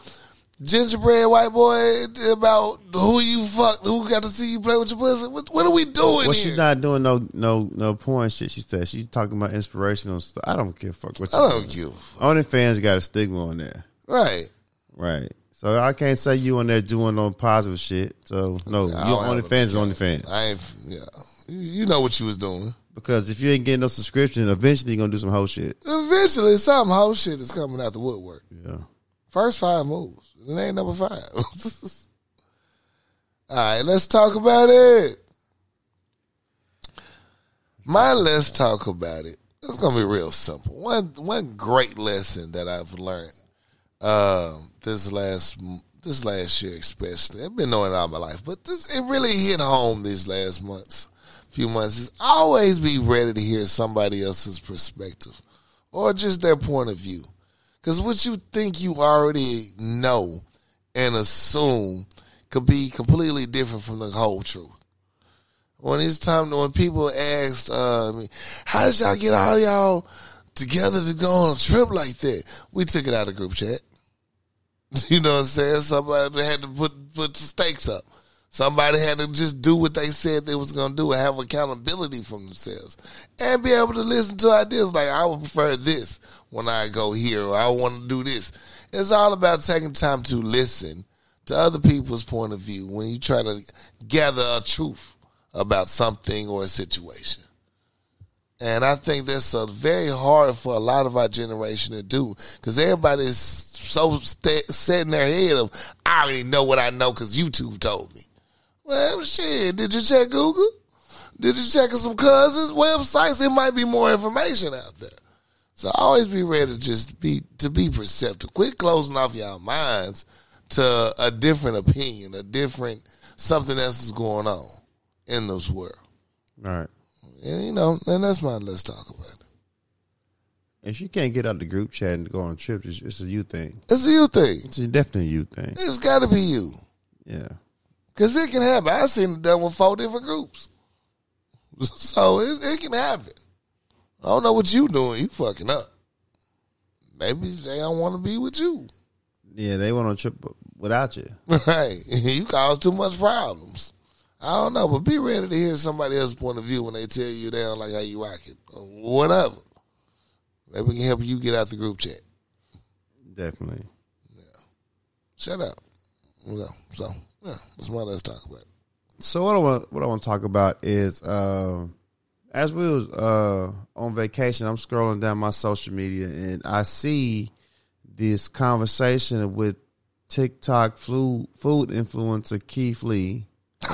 gingerbread white boy about who you fucked, who got to see you play with your pussy. What, what are we doing Well, here? she's not doing no no no porn shit. She said she's talking about inspirational stuff. I don't give a fuck what. I don't give. a fuck. OnlyFans got a stigma on there, Right? right? So I can't say you on there doing no positive shit. So no, your I don't have a OnlyFans is OnlyFans. I ain't. Yeah. You- You know what you was doing. Because if you ain't getting no subscription, eventually you're gonna do some whole shit. Eventually, some whole shit is coming out the woodwork. Yeah. First five moves. It ain't number five. All right, let's talk about it. My let's talk about it. It's gonna be real simple. One one great lesson that I've learned um, this last this last year especially. I've been knowing it all my life, but this it really hit home these last months, few months. Is always be ready to hear somebody else's perspective or just their point of view, because what you think you already know and assume could be completely different from the whole truth. When it's time, to- when people asked uh, me, "How did y'all get all y'all together to go on a trip like that?" We took it out of group chat. You know what I'm saying? Somebody had to put put the stakes up. Somebody had to just do what they said they was gonna do and have accountability from themselves and be able to listen to ideas like I would prefer this when I go here or I want to do this. It's all about taking time to listen to other people's point of view when you try to gather a truth about something or a situation. And I think that's uh, very hard for a lot of our generation to do because everybody's so st- set in their head of, I already know what I know because YouTube told me. Well, shit, did you check Google? Did you check some cousins' websites? It might be more information out there. So always be ready to just be to be perceptive. Quit closing off your minds to a different opinion, a different something else is going on in this world. All right. And you know, and that's my let's talk about it. If you can't get out the group chat and go on trips, it's, it's a you thing. It's a you thing. It's definitely a you thing. It's got to be you. Yeah. Because it can happen. i seen it done with four different groups. So it, it can happen. I don't know what you doing. You fucking up. Maybe they don't want to be with you. Yeah, they went on a trip without you. Right. You cause too much problems. I don't know, but be ready to hear somebody else's point of view when they tell you they don't like how you rock it. Or whatever. Maybe we can help you get out the group chat. Definitely. Shut up. You know, so, yeah, that's my let's talk about it. So what I want what I want to talk about is um as we was uh, on vacation, I'm scrolling down my social media and I see this conversation with TikTok food food influencer Keith Lee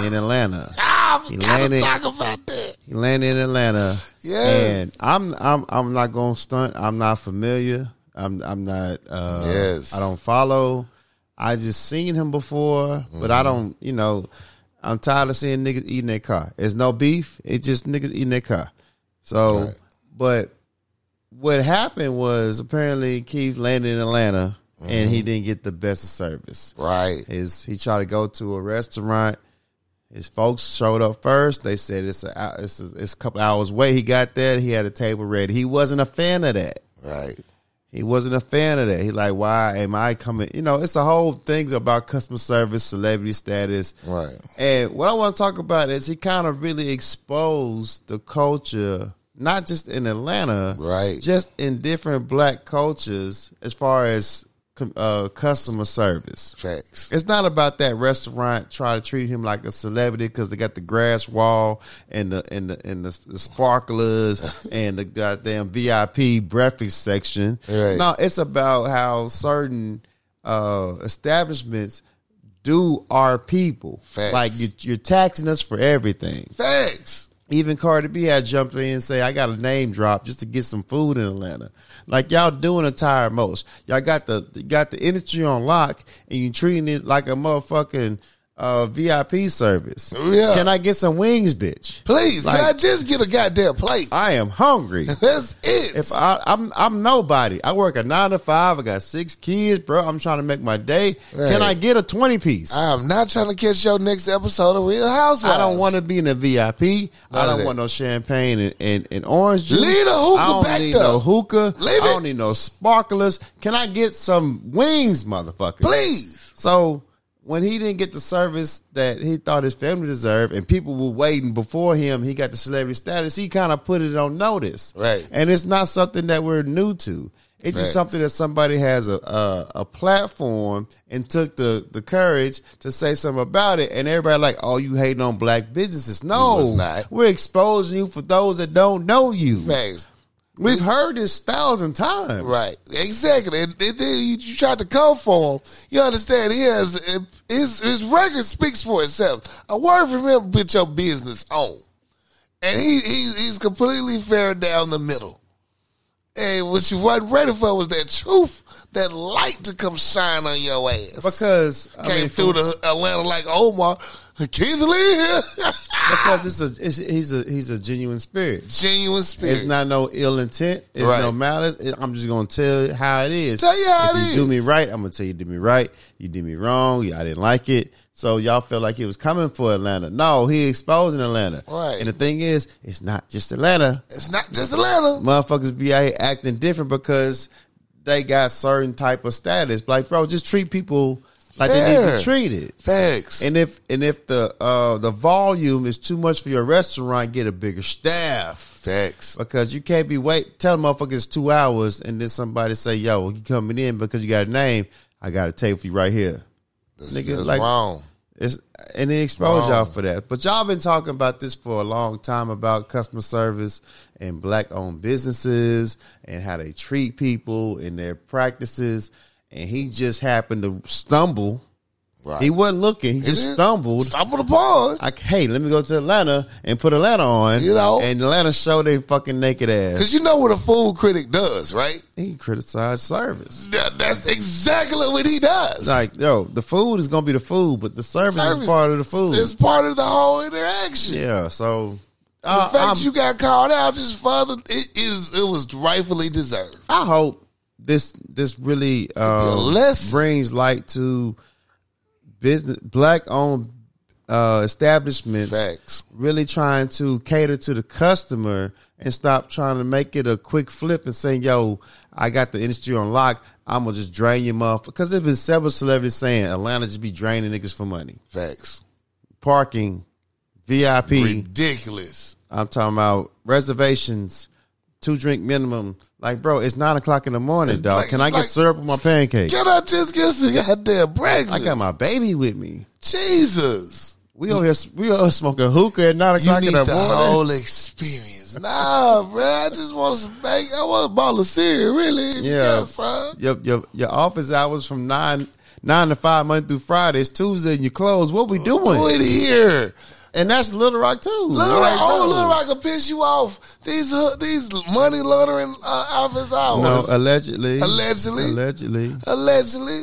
in Atlanta. Ah, I He forgot to landed- talk about that. He landed in Atlanta. Yes. And I'm I'm I'm not gonna stunt. I'm not familiar. I'm I'm not uh Yes. I don't follow. I just seen him before, but Mm-hmm. I don't you know, I'm tired of seeing niggas eating their car. It's no beef, it's just niggas eating their car. So but what happened was apparently Keith landed in Atlanta and Mm-hmm. he didn't get the best of service. Right. His he tried to go to a restaurant. His folks showed up first. They said it's a hou- it's a, it's a couple hours away. He got there. He had a table ready. He wasn't a fan of that. Right. He wasn't a fan of that. He like, why am I coming? You know, it's a whole thing about customer service, celebrity status, Right. and what I want to talk about is he kind of really exposed the culture, not just in Atlanta, Right. Just in different black cultures as far as com- uh, customer service. Facts. It's not about that restaurant trying to treat him like a celebrity because they got the grass wall and the and the and the, the sparklers and the goddamn VIP breakfast section. Right. No, it's about how certain uh, establishments do our people. Facts. Like you, you're taxing us for everything. Facts. Even Cardi B had jumped in and say, "I got a name drop just to get some food in Atlanta." Like y'all doing a tire most. Y'all got the got the industry on lock, and you treating it like a motherfucking uh, VIP service. Oh, Yeah. Can I get some wings, bitch? Please, Like- can I just get a goddamn plate? I am hungry. That's it. If I, I'm I'm nobody, I work a nine to five. I got six kids, bro. I'm trying to make my day. Can I Right. get a twenty piece? I am not trying to catch your next episode of Real Housewives. I don't want to be in a VIP. I of don't that. want no champagne and, and, and orange juice. Leave the hookah I don't back need there. no hookah. Leave I it. don't need no sparklers. Can I get some wings, motherfucker? Please. So when he didn't get the service that he thought his family deserved, and people were waiting before him, he got the celebrity status. He kind of put it on notice, Right. And it's not something that we're new to. It's Right. just something that somebody has a, a a platform and took the the courage to say something about it, and everybody like, oh, you hating on black businesses? No, was not. we're exposing you for those that don't know you. Facts. We've heard this thousand times, Right. Exactly. And, and then you, you tried to come for him. You understand? He has his his record speaks for itself. A word from him put your business on, and he, he he's completely fair down the middle. And what you wasn't ready for was that truth, that light to come shine on your ass. Because I Came mean, through the Atlanta like Omar. Keith Lee here. because it's a it's, he's a he's a genuine spirit. Genuine spirit. It's not no ill intent. It's Right. no malice. It- I'm just gonna tell you how it is. Tell you how if it you do is. me right, I'm gonna tell you did me right. You did me wrong. I didn't like it. So y'all felt like he was coming for Atlanta. No, he exposing Atlanta. Right. And the thing is, it's not just Atlanta. It's not just Atlanta. Motherfuckers be out here acting different because they got certain type of status. Like, bro, just treat people like they need to Fair. be treated. Facts. And if and if the uh, the volume is too much for your restaurant, get a bigger staff. Facts. Because you can't be wait tell motherfuckers it's two hours and then somebody say, Yo, you coming in because you got a name, I got a tape for you right here. That's, nigga, that's like- wrong. It's and they expose y'all Wrong. for that. But y'all been talking about this for a long time about customer service and black owned businesses and how they treat people and their practices. And he just happened to stumble. Right. He wasn't looking, he just did. stumbled. stumbled upon Like, hey, let me go to Atlanta and put Atlanta on. You know? And Atlanta show they fucking naked ass. because you know what a food critic does, right? He criticized service. That- that's exactly what he does. Like, yo, the food is gonna be the food, but the service, is Service part of the food. It's part of the whole interaction. yeah, so The uh, fact I'm- you got called out is further. It is. It was rightfully deserved. I hope this this really um, lesson. brings light to business black owned uh, establishments Facts. really trying to cater to the customer and stop trying to make it a quick flip and saying, yo, I got the industry on lock. I'm going to just drain your motherfucker. Because there's been several celebrities saying Atlanta just be draining niggas for money. Facts. Parking, VIP. Ridiculous. I'm talking about reservations, two drink minimum. Like, bro, it's nine o'clock in the morning, dog. like- Can I get like- syrup on my pancakes? Can I just get some goddamn breakfast? I got my baby with me. Jesus. We over here, we over here smoking hookah at nine You o'clock need in the the morning. whole experience. Nah, bro. I just want some bacon. I want a bowl of cereal, really. Yeah. Yeah, son. your your your office hours from nine nine to five Monday through Friday. It's Tuesday and you close. What we Do doing? it here. And that's Little Rock too. Little Like, Rock, oh, no. Little Rock can piss you off. These uh, these money laundering uh, office hours, No, allegedly, Allegedly. allegedly. allegedly.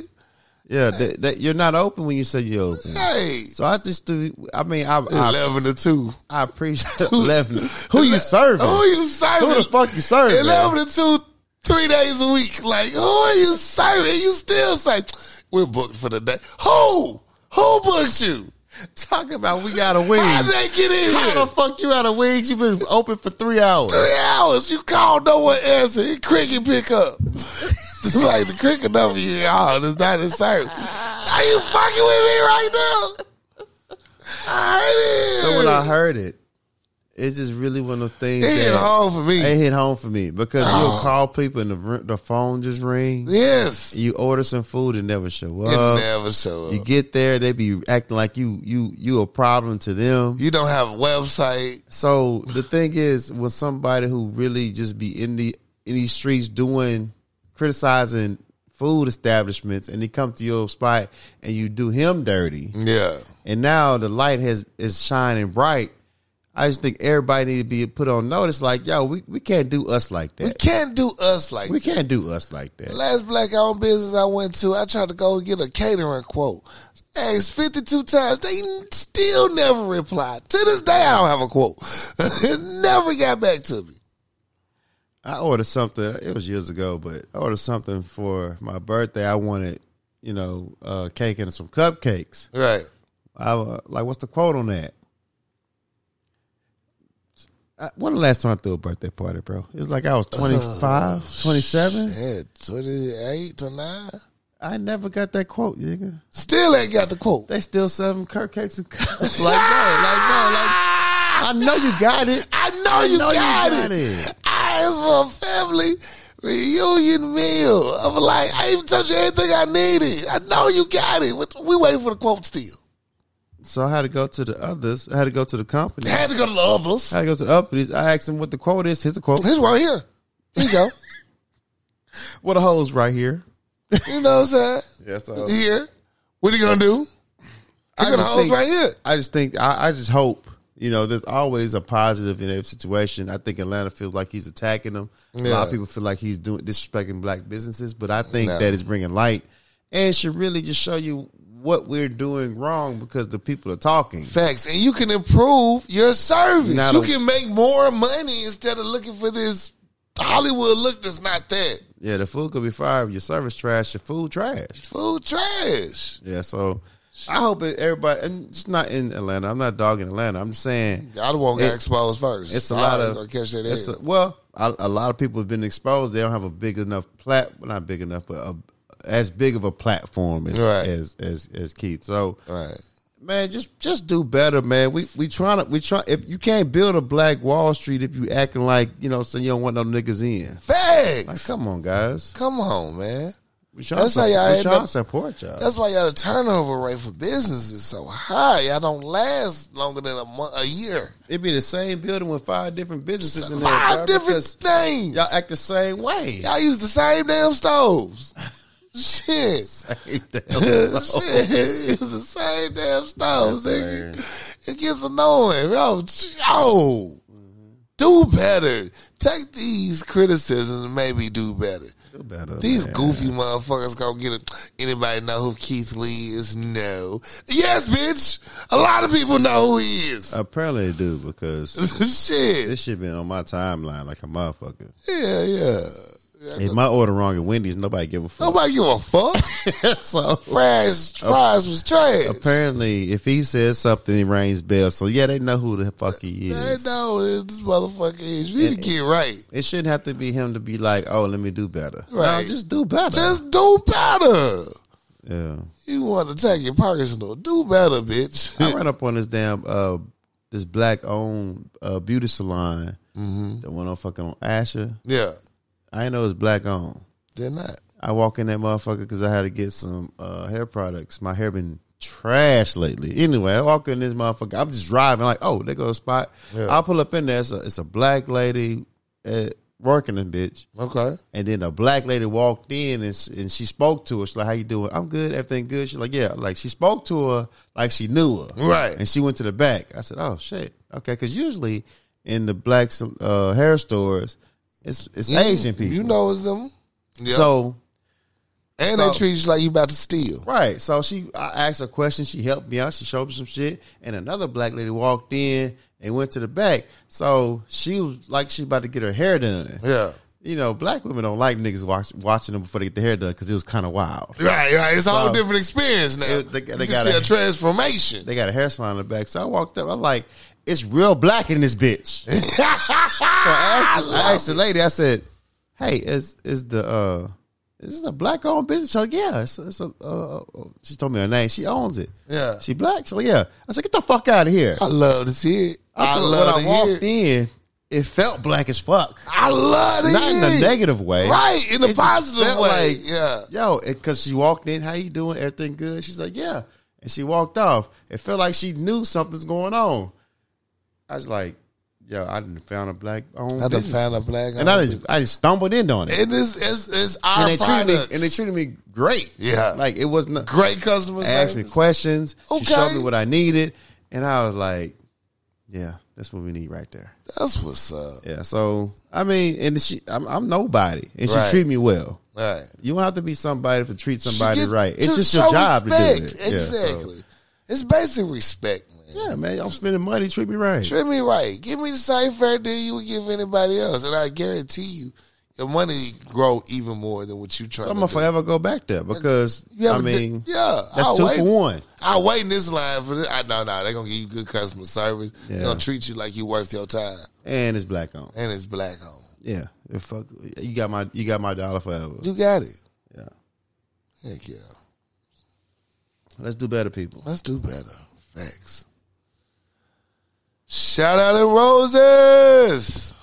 Yeah, that, that, you're not open when you say you're open. Hey, So I just do. I mean, I I, eleven to two. I appreciate eleven. Who you serving? Who you serving? Who the fuck you serving? Eleven to two, three days a week. Like who are you serving? You still say we're booked for the day. Who? Who booked you? Talk about we got a wings. How they get in here? How the fuck you out of wings? You've been open for three hours. three hours. You call no one answer. It cricket pick up. It's like the cricket number you called is not in service. Are you fucking with me right now? I So when I heard it, it's just really one of those things. it hit that- home for me. It hit home for me because you'll call people and the r- the phone just ring. Yes, You order some food and never show it up. never show up. uh, You get there, they be acting like you you you a problem to them. You don't have a website. So the thing is, with somebody who really just be in the in these streets doing criticizing food establishments, and they come to your spot and you do him dirty, Yeah, and now the light has is shining bright. I just think everybody need to be put on notice. Like, yo, we, we can't do us like we that. can't do us like We can't do us like that. Last black owned business I went to, I tried to go get a catering quote. Asked 52 times. They n- still never replied. To this day, I don't have a quote. it never got back to me. I ordered something. It was years ago, but I ordered something for my birthday. I wanted, you know, uh, cake and some cupcakes. Right. I was like, what's the quote on that? I, when the last time I threw a birthday party, bro? It's like I was Uh, 25, 27. Yeah, 28, 29. I never got that quote, nigga. Still ain't got the quote. They still serving cupcakes and cups. like, no, like, no, like, I know you got it. I know you, know you got, got it. it. I asked for a family reunion meal. I'm like, I even told you everything I needed. I know you got it. We- We waiting for the quote still. So I had to go to the others. I had to go to the company. I Had to go to the others. had to go to the others. I asked them what the quote is. Here's the quote. He's right here. Here you go. What a hoes right here. You know what I'm saying? Yes, I Here. What are you gonna do? I got just hoes think- right here. I just think I, I just hope you know there's always a positive in every situation. I think Atlanta feels like he's attacking them. A lot Yeah. of people feel like he's doing disrespecting black businesses, but I think No. that it's bringing light and should really just show you what we're doing wrong because the people are talking. Facts, and you can improve your service. Not you a- can make more money instead of looking for this Hollywood look that's not that. Yeah, the food could be fire. Your service trash. Your food trash. Food trash. Yeah, so. I hope that everybody, and it's not in Atlanta. I'm not dogging Atlanta. I'm just saying Y'all the one got It- exposed first. it's So a lot I of gonna catch that it's air. a- well, a, a lot of people have been exposed. They don't have a big enough plat, well, not big enough, but a, as big of a platform as Right. as, as as Keith. So right. man, just just do better, man. We we trying to we try. If you can't build a black Wall Street, if you acting like you know, so you don't want no niggas in. Facts. Like, come on, guys. Come on, man. We trying That's to how y'all we end trying up- to support y'all. That's why y'all turnover rate for business is so high. Y'all don't last longer than a month, a year. It'd be the same building with five different businesses in there. Five bro, different because things. Y'all act the same way. Y'all use the same damn stoves. Shit. Shit. Use the same damn stoves, That's nigga. hilarious. It gets annoying, bro. Yo. Do better. Take these criticisms and maybe do better. Do better, These man. goofy motherfuckers gonna get it. Anybody know who Keith Lee is? No. Yes, bitch. A lot of people know who he is. Apparently they do because Shit. Uh, this shit been on my timeline like a motherfucker. Yeah, yeah. If my order wrong at Wendy's, nobody give a fuck. Nobody give a fuck. so Fries, fries was trash. apparently, if he says something, it rings bells. So yeah, they know who the fuck he They is. know this motherfucker is. You need to get right. It shouldn't have to be him to be like, oh, let me do better. Right. No, just do better. Just do better. yeah. You want to take it personal. Do better, bitch. I ran up on this damn uh this black owned uh beauty salon. Mm-hmm. The one on fucking on Asher. yeah. I didn't know it was black owned. They're not. I walk in that motherfucker because I had to get some uh, hair products. My hair been trash lately. Anyway, I walk in this motherfucker. I'm just driving like, oh, there goes a spot. Yeah. I pull up in there. It's a, it's a black lady uh, working the bitch, Okay. and then a black lady walked in and s- and she spoke to her. She's like, "How you doing? I'm good. Everything good." She's like, "Yeah." Like she spoke to her like she knew her. Right. And she went to the back. I said, "Oh shit, okay." Because usually in the black uh, hair stores, it's it's Asian people. You know it's them. Yeah. So And So- they treat you like you about to steal. Right. So she, I asked her a question. She helped me out. She showed me some shit. And another black lady walked in and went to the back. So she was like, she about to get her hair done. Yeah. You know, black women don't like niggas watch, watching them before they get their hair done because it was kind of wild. Right, right. It's a whole So- different experience now. It- they- you they can gotta- see a transformation. They got a hair salon in the back. So I walked up. I'm like, it's real black in this bitch. so I asked, I asked the lady, I said, hey, is is the, uh, is this a black owned business? She's like, yeah. It's, it's a, uh, uh," she told me her name. She owns it. Yeah. She black? She's like, yeah. I said, get the fuck out of here. I love to see it. I, told her love when to I hear it. walked in, it felt black as fuck. I love to Not hear in a it. negative way. Right, in a It just positive felt way. like- yeah. Yo, because she walked in, how you doing? Everything good? She's like, yeah. And she walked off. It felt like she knew something's going on. I was like, yo, I didn't found a black owned I done business. found a black and I owned didn't, I just stumbled in on it. And it's, it's, it's our and they treated me, products. and they treated me great. Yeah. like it wasn't. Great customer asked me service. questions. She showed Okay. me what I needed, and I was like, yeah, that's what we need right there. That's what's up. Yeah. So I mean, and she, I'm, I'm nobody, and she Right. treated me well. Right. You don't have to be somebody to treat somebody Get- right. It's to just your show job to respect. do it. Yeah, so- Exactly. It's basic respect, man. Yeah, man. I'm spending money. Treat me right. Treat me right. Give me the same fair deal you would give anybody else, and I guarantee you, your money grow even more than what you try. So I'm to gonna do. forever go back there because You I have a di- mean, yeah, that's I'll two wait. for one. I wait in this line for this. I, no, no, they're gonna give you good customer service. They're Yeah. gonna treat you like you worth your time, And it's black on. and it's black on. Yeah, If fuck, you got my you got my dollar forever. You got it. Yeah, Heck yeah. let's do better, people. Let's do better. Facts. Shout out and roses.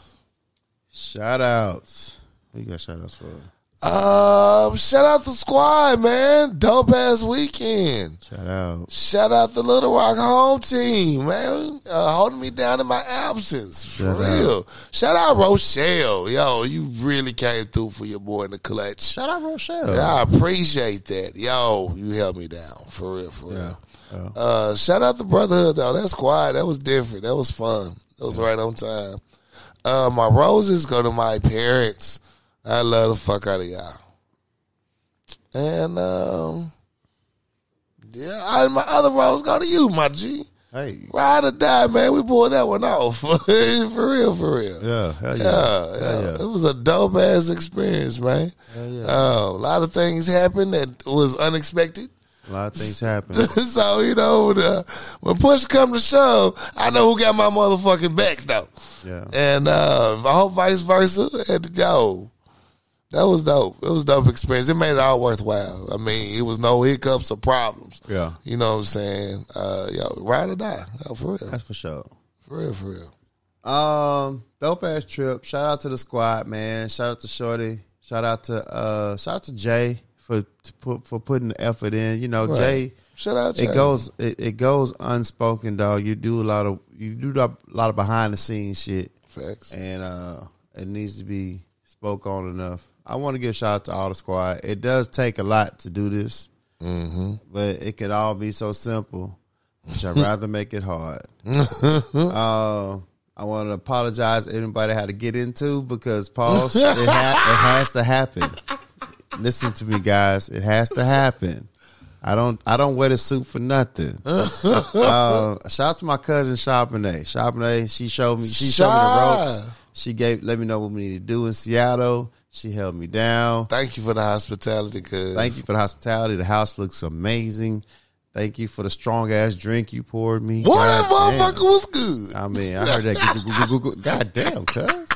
Shout outs. Who you got shout outs for? Um, shout out the squad, man. Dope ass weekend. Shout out. Shout out the Little Rock home team, man, uh, holding me down in my absence. For Shout out. real. Shout out Rochelle, yo, you really came through for your boy in the clutch. Shout out Rochelle. Yeah, I appreciate that, yo. You held me down for real, for real. Uh, shout out the brotherhood though. That squad, that was different. That was fun. That was right on time. Uh, my roses go to my parents. I love the fuck out of y'all. And um, yeah, I, my other rose go to you, my G. Hey. Ride or die, man. We pulled that one off for real, for real. Yeah. Hell yeah. Yeah, yeah. yeah. It was a dope ass experience, man. Uh, a lot of things happened that was unexpected. A lot of things happen. so you know, the, when push come to shove, I know who got my motherfucking back though. Yeah. And uh, I hope vice versa. And yo, that was dope. It was a dope experience. It made it all worthwhile. I mean, it was no hiccups or problems. Yeah. You know what I'm saying? Uh, yo, ride or die. Yo, for real, That's for sure. for real, for real. Um, dope ass trip. Shout out to the squad, man. Shout out to Shorty. Shout out to uh, shout out to Jay for to put, for putting the effort in. You know, Right. Jay. Shout out. It Jay. goes it, it goes unspoken, dog. You do a lot of you do a lot of behind the scenes shit, Facts. and uh, it needs to be spoke on enough. I want to give a shout out to all the squad. It does take a lot to do this, mm-hmm. but it could all be so simple. Which I'd rather make it hard. Uh, I want to apologize to anybody I had to get into because pause. It, ha- it has to happen. Listen to me, guys. It has to happen. I don't. I don't wear the suit for nothing. Uh, shout out to my cousin Charbonnet. Charbonnet. She showed me. She showed me the Sha. ropes. She gave. Let me know what we need to do in Seattle. She held me down. Thank you for the hospitality, cuz. Thank you for the hospitality. The house looks amazing. Thank you for the strong ass drink you poured me. Boy, that God damn. Uh, motherfucker was good. I mean, I heard that. God damn, cuz.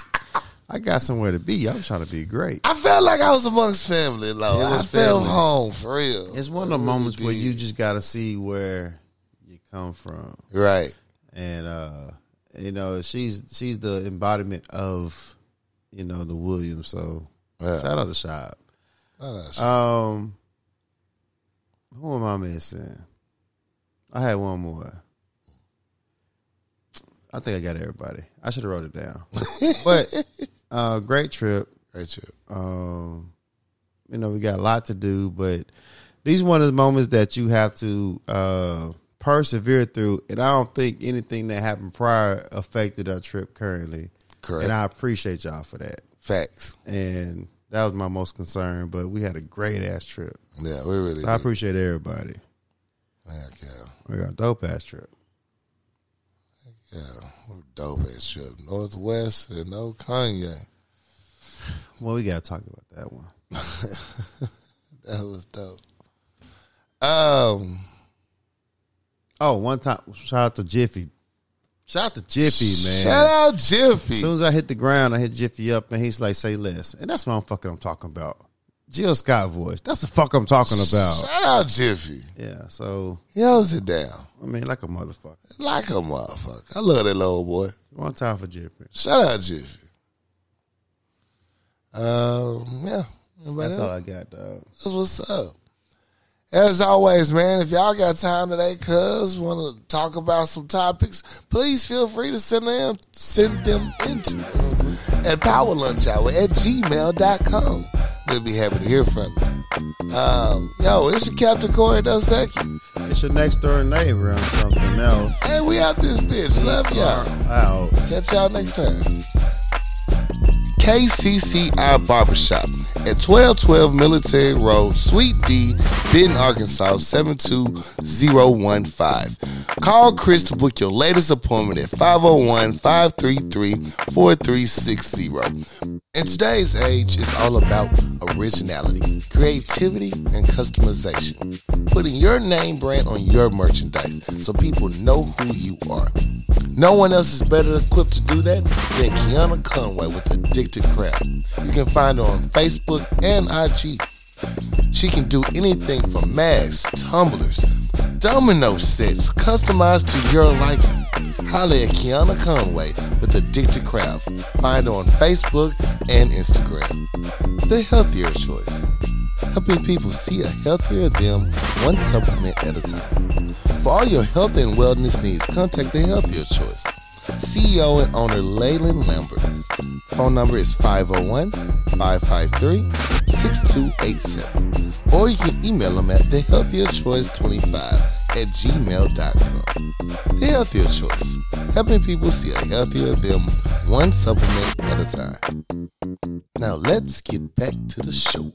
I got somewhere to be. I'm trying to be great. I felt like I was amongst family, though. It was I felt family. home for real. It's one of the moments where you just got to see where you come from. right, And, uh, you know, she's she's the embodiment of, you know, the Williams. So Yeah. shout out to Shop. Oh, that's- Um, who am I missing? I had one more. I think I got everybody. I should have wrote it down. but uh, great trip. great trip. um, you know, we got a lot to do, but these one of the moments that you have to uh, persevere through. And I don't think anything that happened prior affected our trip currently. Correct. And I appreciate y'all for that. Facts. And That was my most concern, but we had a great ass trip. Yeah, we really. So I did. appreciate everybody. Heck yeah. We got a dope ass trip. Yeah, we're dope as shit. Northwest and no Kanye. Well, we gotta talk about that one. That was dope. Um, Oh, one time shout out to Jiffy. Shout out to Jiffy, man. shout out As Jiffy. soon as I hit the ground, I hit Jiffy up, and he's like, "Say less," and that's what I'm fucking. I'm talking about Jill Scott voice. That's the fuck I'm talking about. Shout out Jiffy. Yeah. So He holds it down I mean, like a motherfucker. like a motherfucker. I love that little boy. One time for Jiffy. Shout out Jiffy. Um, yeah. Anybody else? That's all I got, dog. That's what's up. As always, man, if y'all got time today, cuz want to talk about some topics, please feel free to send them send them into us at powerlunchhour at gmail.com. We'll be happy to hear from you. Um, yo, it's your Captain Corey Dosecki. It's your next door neighbor on something else. Hey, we out this bitch. Love y'all. Out. Catch y'all next time. KCCI Barbershop at 1212 Military Road, Suite D, Benton, Arkansas, 72015. Call Chris to book your latest appointment at 501 533 4360. In today's age, it's all about originality, creativity, and customization. Putting your name brand on your merchandise so people know who you are. No one else is better equipped to do that than Kiana Conway with Addicted Craft. You can find her on Facebook and IG. She can do anything from masks, tumblers, domino sets, customized to your liking. Holla at Kiana Conway with Addicted Craft. Find her on Facebook and Instagram. The healthier choice. Helping people see a healthier them one supplement at a time. For all your health and wellness needs, contact the healthier choice. CEO and owner Leyland Lambert. Phone number is 501 553 6287. Or you can email them at thehealthierchoice25 at gmail.com. The Healthier Choice, helping people see a healthier them one supplement at a time. Now let's get back to the show.